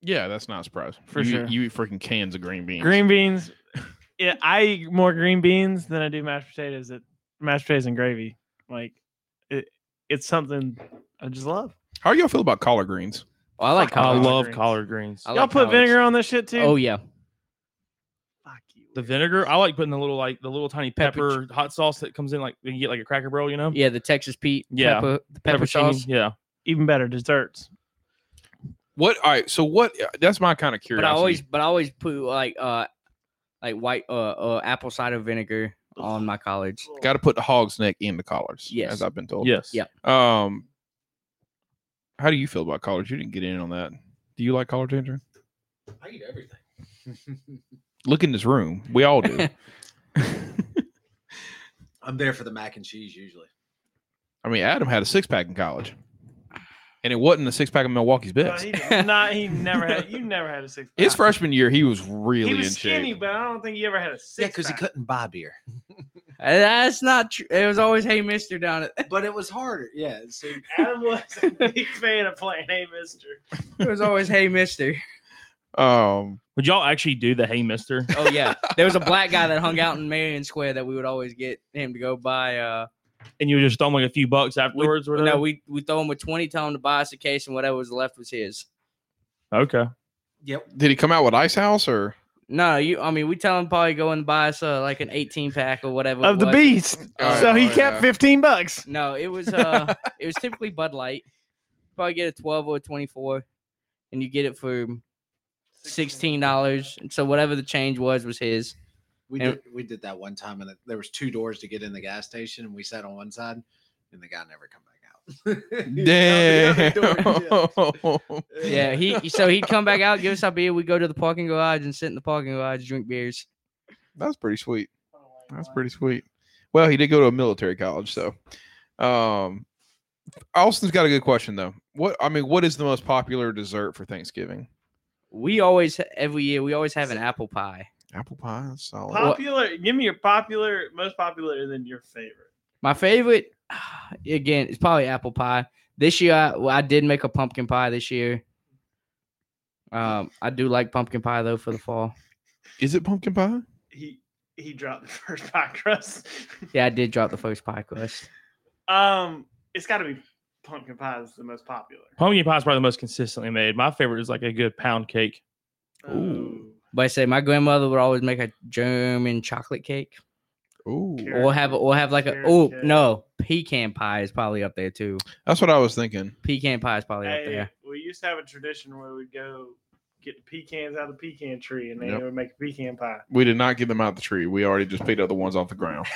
S5: Yeah, that's not surprising
S6: For
S5: You-
S6: sure.
S5: You eat freaking cans of green beans.
S6: Green beans. yeah, I eat more green beans than I do mashed potatoes. At mashed potatoes and gravy, like it, it's something I just love.
S5: How do y'all feel about collard greens?
S2: Oh, I like
S6: Fuck,
S1: I
S2: collard.
S1: love
S6: greens.
S1: collard greens.
S2: I
S6: y'all
S2: like
S6: put
S2: collards.
S6: vinegar on this shit too.
S2: Oh yeah.
S6: fuck you.
S1: The vinegar, I like putting the little like the little tiny pepper hot sauce that comes in like you can get like a cracker barrel, you know?
S2: Yeah, the Texas Pete.
S1: Yeah.
S2: Pepper, the pepper,
S1: Pepperoni,
S2: sauce.
S1: Yeah.
S6: Even better desserts.
S5: What? All right. So what? That's my kind of
S2: But
S5: curiosity.
S2: I always but I always put like uh like white uh, uh apple cider vinegar on my collards.
S5: got to put the hog's neck in the collars.
S2: Yes.
S5: as I've been told.
S1: Yes.
S2: Oh, Yeah.
S5: Um, how do you feel about collards? You didn't get in on that. Do you like collard Andrew?
S4: I eat everything.
S5: Look in this room. We all do.
S4: I'm there for the mac and cheese usually.
S5: I mean, Adam had a six pack in college, and it wasn't a six pack of Milwaukee's
S6: No,
S5: best.
S6: he, did not, he never had. You never had a six.
S5: His
S6: pack.
S5: freshman year, he was
S6: He
S5: really in
S6: was skinny,
S5: shape.
S6: but I don't think he ever had a six.
S4: yeah, because he
S6: pack.
S4: couldn't buy beer,
S2: Uh, That's not true. It was always hey mister down at
S4: but it was harder. Yeah, so
S6: Adam was a big fan of playing Hey Mister.
S2: it was always hey mister.
S5: Um,
S1: Would y'all actually do the hey mister?
S2: Oh yeah. There was a black guy that hung out in Marion Square that we would always get him to go buy uh
S1: and you just throw them like a few bucks afterwards. or
S2: No,
S1: whatever?
S2: we we throw him with twenty, tell him to buy us a case, and whatever was left was his.
S1: okay.
S4: Yep.
S5: Did he come out with Ice House or
S2: No, you. I mean, we tell him probably go and buy us uh, like an eighteen pack or whatever it
S6: of the
S2: was.
S6: beast.
S5: All
S6: so
S5: right,
S6: he
S5: all
S6: kept
S5: right.
S6: 15 bucks.
S2: No, it was uh, it was typically Bud Light. Probably get a twelve or a twenty-four, and you get it for sixteen dollars. And so whatever the change was was his.
S4: We
S2: And-
S4: did, we did that one time, and it- there was two doors to get in the gas station, and we sat on one side, and the guy never come back out. He
S5: damn?
S4: found the other door, yeah.
S2: Yeah, he he- so he'd come back out, give us our beer. We go to the parking garage and sit in the parking garage, drink beers.
S5: That's pretty sweet. That's pretty sweet. Well, he did go to a military college, so um Austin's got a good question though. What I mean, what is the most popular dessert for Thanksgiving?
S2: We always every year we always have an apple pie.
S5: Apple pie, that's solid.
S2: Pop-
S6: Popular. Give me your popular, most popular, and then your favorite.
S2: My favorite, again, is probably apple pie. This year, I, well, I did make a pumpkin pie this year. Um, I do like pumpkin pie though for the fall.
S5: Is it pumpkin pie?
S6: He he dropped the first pie crust.
S2: Yeah, I did drop the first pie crust.
S6: um, it's got to be pumpkin pie is the most popular.
S1: Pumpkin pie is probably the most consistently made. My favorite is like a good pound cake.
S6: Ooh.
S2: But I say my grandmother would always make a German chocolate cake,
S5: Ooh.
S6: Carrot
S2: or have or have like a
S6: Carrot
S2: oh
S6: cake.
S2: no pecan pie is probably up there too.
S5: That's what I was thinking.
S2: Pecan pie is probably up
S6: Hey,
S2: there.
S6: we used to have a tradition where we'd go get the pecans out of the pecan tree, and then
S5: Yep.
S6: they would make a pecan pie.
S5: We did not get them out the tree. We already just picked up the ones off the ground.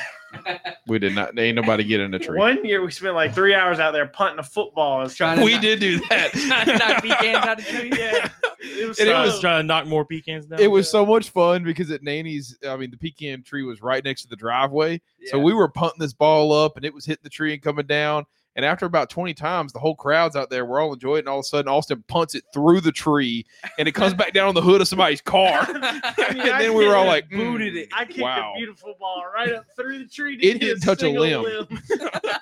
S5: we did not. Ain't nobody getting the tree.
S6: One year we spent like three hours out there punting a football and
S2: Trying
S6: trying
S2: to
S5: We
S2: knock-
S5: did do that.
S2: Knock- knock pecans out of the tree.
S6: yeah, it was,
S5: And
S1: It
S5: it
S6: so-
S1: was trying to knock more pecans down.
S5: it was so much fun because at Nanny's, I mean, the pecan tree was right next to the driveway. So
S2: Yeah.
S5: we were punting this ball up and it was hitting the tree and coming down. And after about 20 times, the whole crowd's out there. We're all enjoying it. And all of a sudden, Austin punts it through the tree and it comes back down on the hood of somebody's car. and
S6: I
S5: then we were all
S6: could've
S5: like,
S2: booted
S5: "Mm,
S2: it."
S6: I kicked
S5: wow.
S6: a beautiful ball right up through the tree.
S5: It
S6: hit
S5: didn't touch a
S6: single
S5: limb.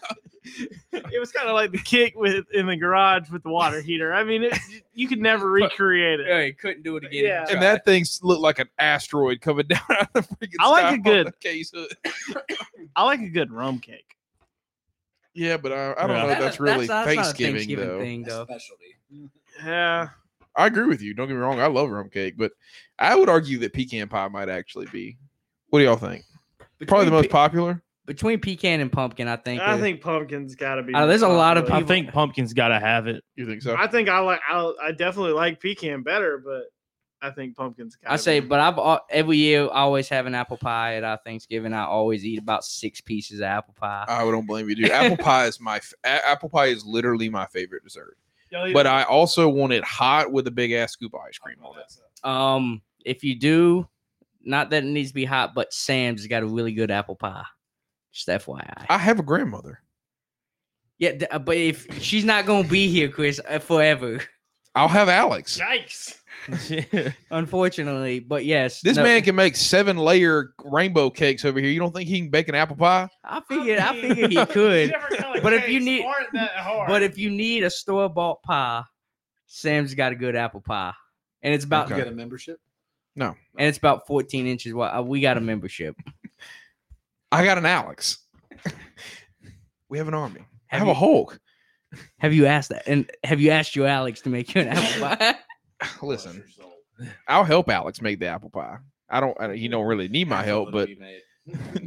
S6: it was kind of like the kick with in the garage with the water heater. I mean, it, you could never recreate it.
S2: Yeah, you couldn't do it again.
S6: Yeah.
S5: And that thing looked like an asteroid coming down out of the freaking
S6: I like
S5: sky
S6: a
S5: on
S6: good-
S5: the case hood.
S6: I like a good rum cake.
S5: Yeah, but I, I don't
S1: Yeah.
S5: know. if Oh, That's really
S2: not a
S5: Thanksgiving, though.
S2: thing,
S4: That's
S2: though.
S4: specialty.
S6: Yeah,
S5: I agree with you. Don't get me wrong. I love rum cake, but I would argue that pecan pie might actually be. What do y'all think? Probably the
S2: Between
S5: most popular.
S2: pe- between pecan and pumpkin. I think.
S6: I
S2: is-
S6: think pumpkin's got to be.
S2: Uh, there's a lot of
S1: I
S6: popular.
S2: people-
S1: think pumpkin's got to have it.
S5: You think so?
S6: I think I like. I, I definitely like pecan better, but I think pumpkin's got.
S2: I say, but I've al- every year I always have an apple pie at our Thanksgiving. I always eat about six pieces of apple pie.
S5: I don't blame you, dude. Apple pie is my f- a- apple pie is literally my favorite dessert.
S2: Oh,
S5: But I also want it hot with a big ass scoop of ice cream on it.
S2: Um, if you do, not that it needs to be hot, but Sam's has got a really good apple pie. Just FYI.
S5: I have a grandmother.
S2: yeah, th- uh, but if she's not gonna be here, Chris, uh, forever,
S5: I'll have Alex.
S6: yikes.
S2: unfortunately. But yes,
S5: This
S2: no,
S5: man can make seven layer rainbow cakes over here. You don't think he can bake an apple pie?
S2: I figured, I figured he could. But if you need-
S6: are that hard.
S2: But if you need a store bought pie, Sam's got a good apple pie, and it's about
S5: Okay.
S4: You get a membership.
S2: and it's about 14 inches wide. Uh, We got a membership.
S5: I got an Alex. we have an army.
S2: Have
S5: I have
S2: you-
S5: a Hulk.
S2: Have you asked that? And have you asked your Alex to make you an apple pie? Oh,
S5: Listen,
S4: Bless your soul.
S5: I'll help Alex make the apple pie. I don't. I, he don't really need my
S4: Half
S5: help,
S4: of it'll
S5: but
S4: be made.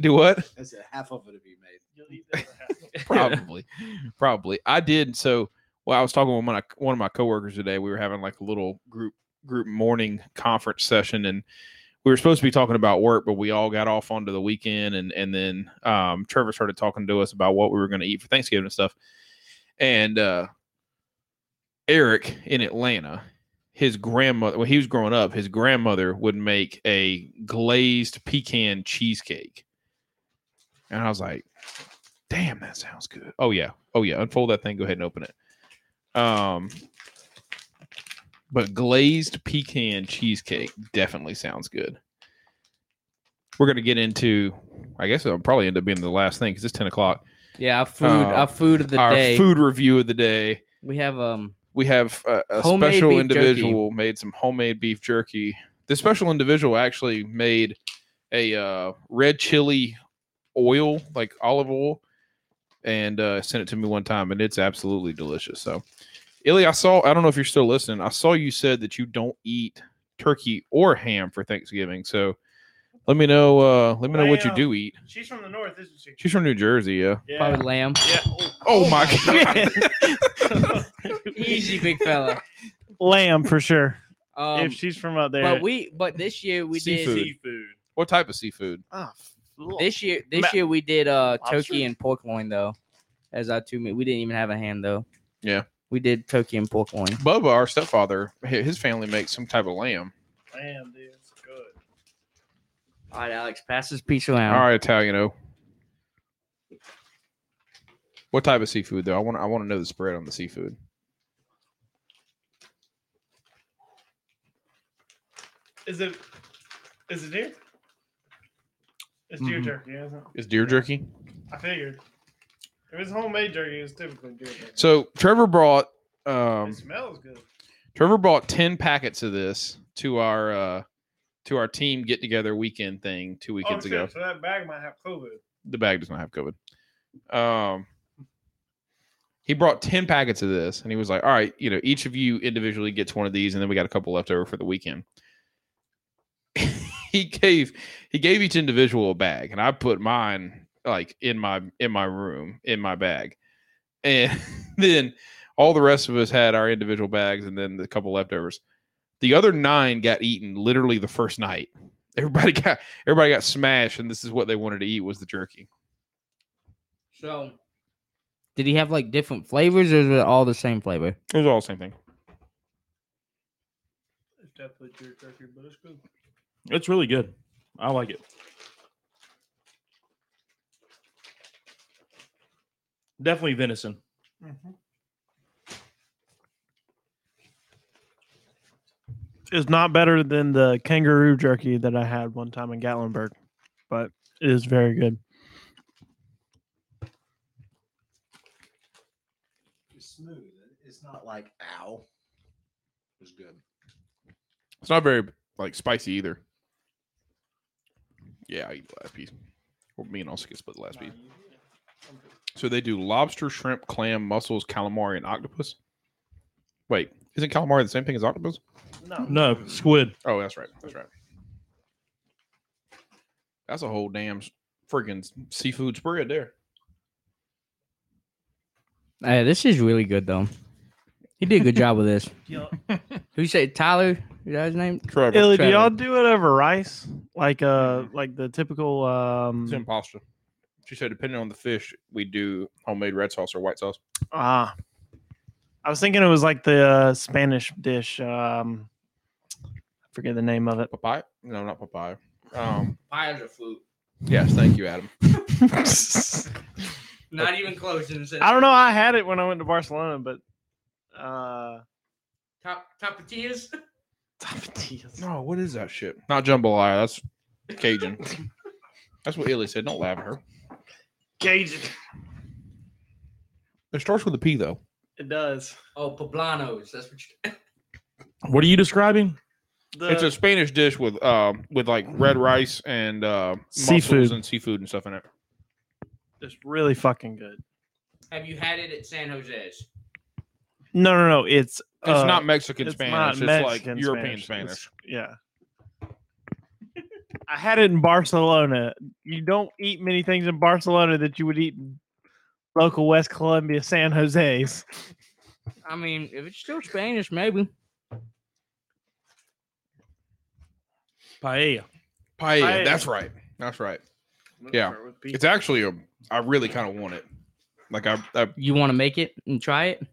S5: do what?
S4: I said half of it'll be made.
S5: probably probably i did so well i was talking with my, one of my coworkers today we were having like a little group group morning conference session and we were supposed to be talking about work but we all got off onto the weekend and and then um trevor started talking to us about what we were going to eat for thanksgiving and stuff and uh eric in atlanta his grandmother when he was growing up his grandmother would make a glazed pecan cheesecake and i was like Damn, that sounds good. Oh yeah. Oh yeah. Unfold that thing. Go ahead and open it. Um but glazed pecan cheesecake definitely sounds good. We're gonna get into I guess it'll probably end up being the last thing because it's ten o'clock.
S2: Yeah, our food,
S5: Uh,
S2: our food of the
S5: Our
S2: day.
S5: food review of the day.
S2: We have um
S5: We have a, a
S2: Homemade
S5: special
S2: beef jerky.
S5: individual made some homemade beef jerky. This special individual actually made a uh, red chili oil, like olive oil, and uh, sent it to me one time, and it's absolutely delicious. So, Illy, I saw. I don't know if you're still listening. I saw you said that you don't eat turkey or ham for Thanksgiving. So, let me know. Uh, let me know what you
S6: Lamb.
S5: do eat.
S6: She's from the north, isn't she?
S5: She's from New Jersey, yeah.
S2: Probably lamb.
S6: yeah.
S5: Oh, my god!
S2: Easy, big fella.
S6: Lamb for sure.
S2: Um,
S6: if she's from out there.
S2: but we, but this year we
S5: Seafood.
S2: did.
S6: seafood.
S5: what type of seafood?
S6: Oh, f-
S2: This year, this
S6: Ma-
S2: year we did uh
S6: Lobster?
S2: turkey and pork loin though, as our two. meat. We didn't even have a ham though.
S5: Yeah.
S2: we did turkey and pork loin.
S5: Bubba, our stepfather, hi- his family makes some type of lamb.
S6: lamb, dude. It's good.
S2: All right, Alex, pass this piece around.
S5: All right, Italiano. What type of seafood though? I want I want to know the spread on the seafood.
S6: Is it? Is it deer? It's deer
S1: Mhm.
S5: Mm-hmm.
S6: jerky, isn't it?
S5: Is deer jerky?
S6: I figured. If it's homemade jerky, it's typically deer jerky.
S5: So Trevor brought um
S6: it smells good.
S5: Trevor brought ten packets of this to our uh to our team get together weekend thing two
S6: Oh,
S5: weekends
S6: shit,
S5: ago.
S6: so that bag might have COVID.
S5: the bag does not have COVID. Um, he brought 10 packets of this and he was like, all right, you know, each of you individually gets one of these. And then we got a couple left over for the weekend. he gave, he gave each individual a bag and I put mine like in my, in my room, in my bag. And then all the rest of us had our individual bags and then the couple leftovers. The other nine got eaten literally the first night. Everybody got everybody got smashed, and this is what they wanted to eat was the jerky.
S2: So, did he have like different flavors, or is it all the same flavor?
S5: It was all the same thing.
S6: It's definitely deer jerky, but it's good.
S1: It's really good. I like it. Definitely venison.
S6: Mm-hmm. It's not better than the kangaroo jerky that I had one time in Gatlinburg, but it is very good.
S4: It's smooth. It's not like ow. It's good.
S5: It's not very like spicy either. Yeah, I eat the last piece. Well, me and also get split the last piece. So they do lobster, shrimp, clam, mussels, calamari, and octopus. Wait, isn't calamari the same thing as octopus?
S1: No, squid.
S5: Oh, that's right. That's right. That's a whole damn s- freaking seafood spread there.
S2: Hey, this is really good though. He did a good job with this.
S6: Yeah.
S2: Who said Tyler? Is that his name?
S5: Trevor,
S6: Illy, do
S2: Trevor.
S6: y'all do it over rice? Like uh like the typical um
S5: it's impasta. She said, depending on the fish, we do homemade red sauce or white sauce.
S6: Ah, I was thinking it was like the uh, Spanish dish. Um, I forget the name of it.
S5: Papaya? No, not papaya. Um,
S2: Pies are food.
S5: yes, thank you, Adam.
S2: Not even close. In the sense.
S6: I don't know. I had it when I went to Barcelona, but uh,
S2: Top tapatillas.
S6: tapatías.
S5: No, what is that shit? Not jambalaya. That's Cajun. that's what Illy said. Don't laugh at her.
S6: Cajun.
S5: It starts with a P though.
S6: It does.
S2: Oh, poblanos. That's what you.
S1: What are you describing?
S6: The,
S5: it's a Spanish dish with um with like red rice and uh,
S6: Seafood.
S5: mussels and seafood and stuff in it.
S6: it's really fucking good.
S2: Have you had it at San Jose's?
S6: No, no, no. It's
S5: It's
S6: uh,
S5: not Mexican
S6: it's
S5: Spanish.
S6: not
S5: it's
S6: Mexican
S5: like European
S6: Spanish.
S5: Spanish.
S6: It's- yeah. I had it in Barcelona. You don't eat many things in Barcelona that you would eat in local West Columbia San Jose's.
S2: I mean, if it's still Spanish, maybe.
S1: Paella.
S5: Paella.
S6: Paella.
S5: That's right. That's right.
S6: Let's
S5: Yeah.
S6: start with
S5: It's
S6: pizza.
S5: actually a. I really kind of want it. Like I, I,
S2: You want to make it and try it?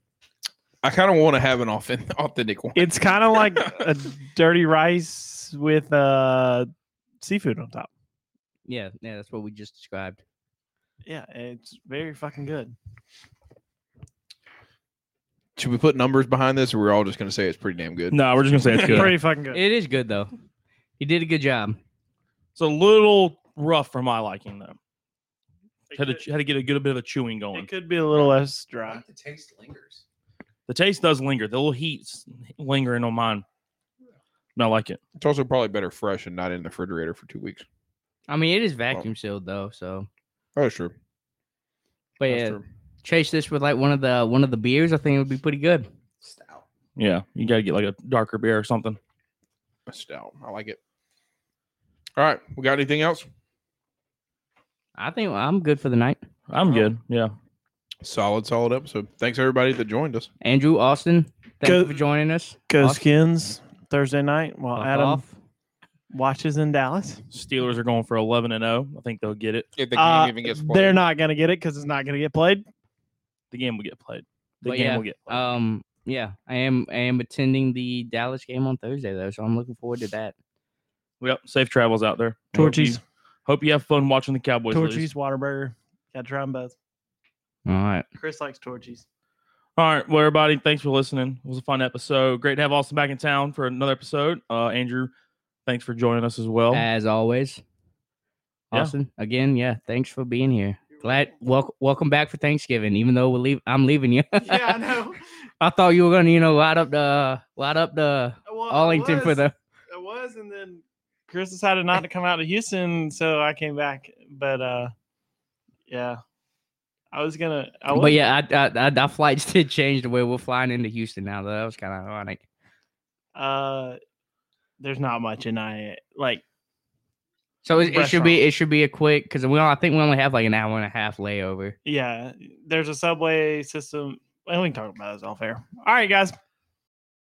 S5: I kind of want to have an authentic, authentic one.
S6: It's kind of like a dirty rice with uh, seafood on top.
S2: Yeah, yeah. That's what we just described.
S6: Yeah, it's very fucking good.
S5: Should we put numbers behind this, or we're all just going to say it's pretty damn good?
S1: No, we're just gonna say it's good.
S6: Pretty fucking good.
S2: It is good though. You did a good job.
S1: it's a little rough for my liking though. Had to had to get a good bit of a chewing
S6: it
S1: going.
S6: could be a little less
S4: I
S6: dry.
S4: think the taste lingers.
S1: The taste does linger. The little heat's lingering on mine. And I like it.
S5: It's also probably better fresh and not in the refrigerator for two weeks.
S2: I mean, it is vacuum sealed though, so
S5: Oh, sure.
S2: But
S5: That's
S2: yeah,
S5: true.
S2: chase this with like one of the one of the beers. I think it would be pretty good.
S4: Stout.
S1: Yeah, you got to get like a darker beer or something.
S5: A stout. I like it. All right. We got anything else?
S2: I think I'm good for the night.
S1: I'm good. Yeah.
S5: Solid, solid episode. Thanks everybody that joined us.
S2: Andrew Austin, thank you
S6: Go-
S2: for joining us.
S6: Go
S2: Austin,
S6: skins Thursday night while
S2: fuck
S6: Adam
S2: off.
S6: watches in Dallas.
S1: Steelers are going for 11 and 0. I think they'll get it.
S5: If the
S6: Uh,
S5: game even gets
S6: They're
S5: played.
S6: not gonna get it because it's not gonna get played.
S1: The game will get played. The
S2: But
S1: game
S2: yeah,
S1: will get played.
S2: Um, yeah, I am. I am attending the Dallas game on Thursday though, so I'm looking forward to that.
S1: yep. Safe travels out there. I hope you-
S6: Torchies,
S1: Hope you have fun watching the Cowboys. lose.
S6: Torchies, Waterburger. Gotta try them both.
S2: All right,
S6: Chris likes Torchies.
S1: All right. Well, everybody, thanks for listening. It was a fun episode. Great to have Austin back in town for another episode. Uh, Andrew, thanks for joining us as well.
S2: as always,
S1: Yeah.
S2: Austin. Again, yeah, thanks for being here. Glad welcome welcome back for Thanksgiving. Even though we'll leave, I'm leaving you.
S6: yeah, I know.
S2: I thought you were gonna, you know, light up the light up the
S6: Well, Oh, I
S2: Arlington for
S6: was-
S2: the.
S6: I was, and then Chris decided not to come out to Houston, so I came back. But uh, yeah, I was gonna. I was,
S2: But yeah, I, I, I, our flights did change the way we're flying into Houston now. Though that was kind of ironic.
S6: Uh, there's not much in I like.
S2: So it, it should be it should be a quick because we all, I think we only have like an hour and a half layover.
S6: Yeah, there's a subway system. Well, we can talk about this all fair. All right, guys.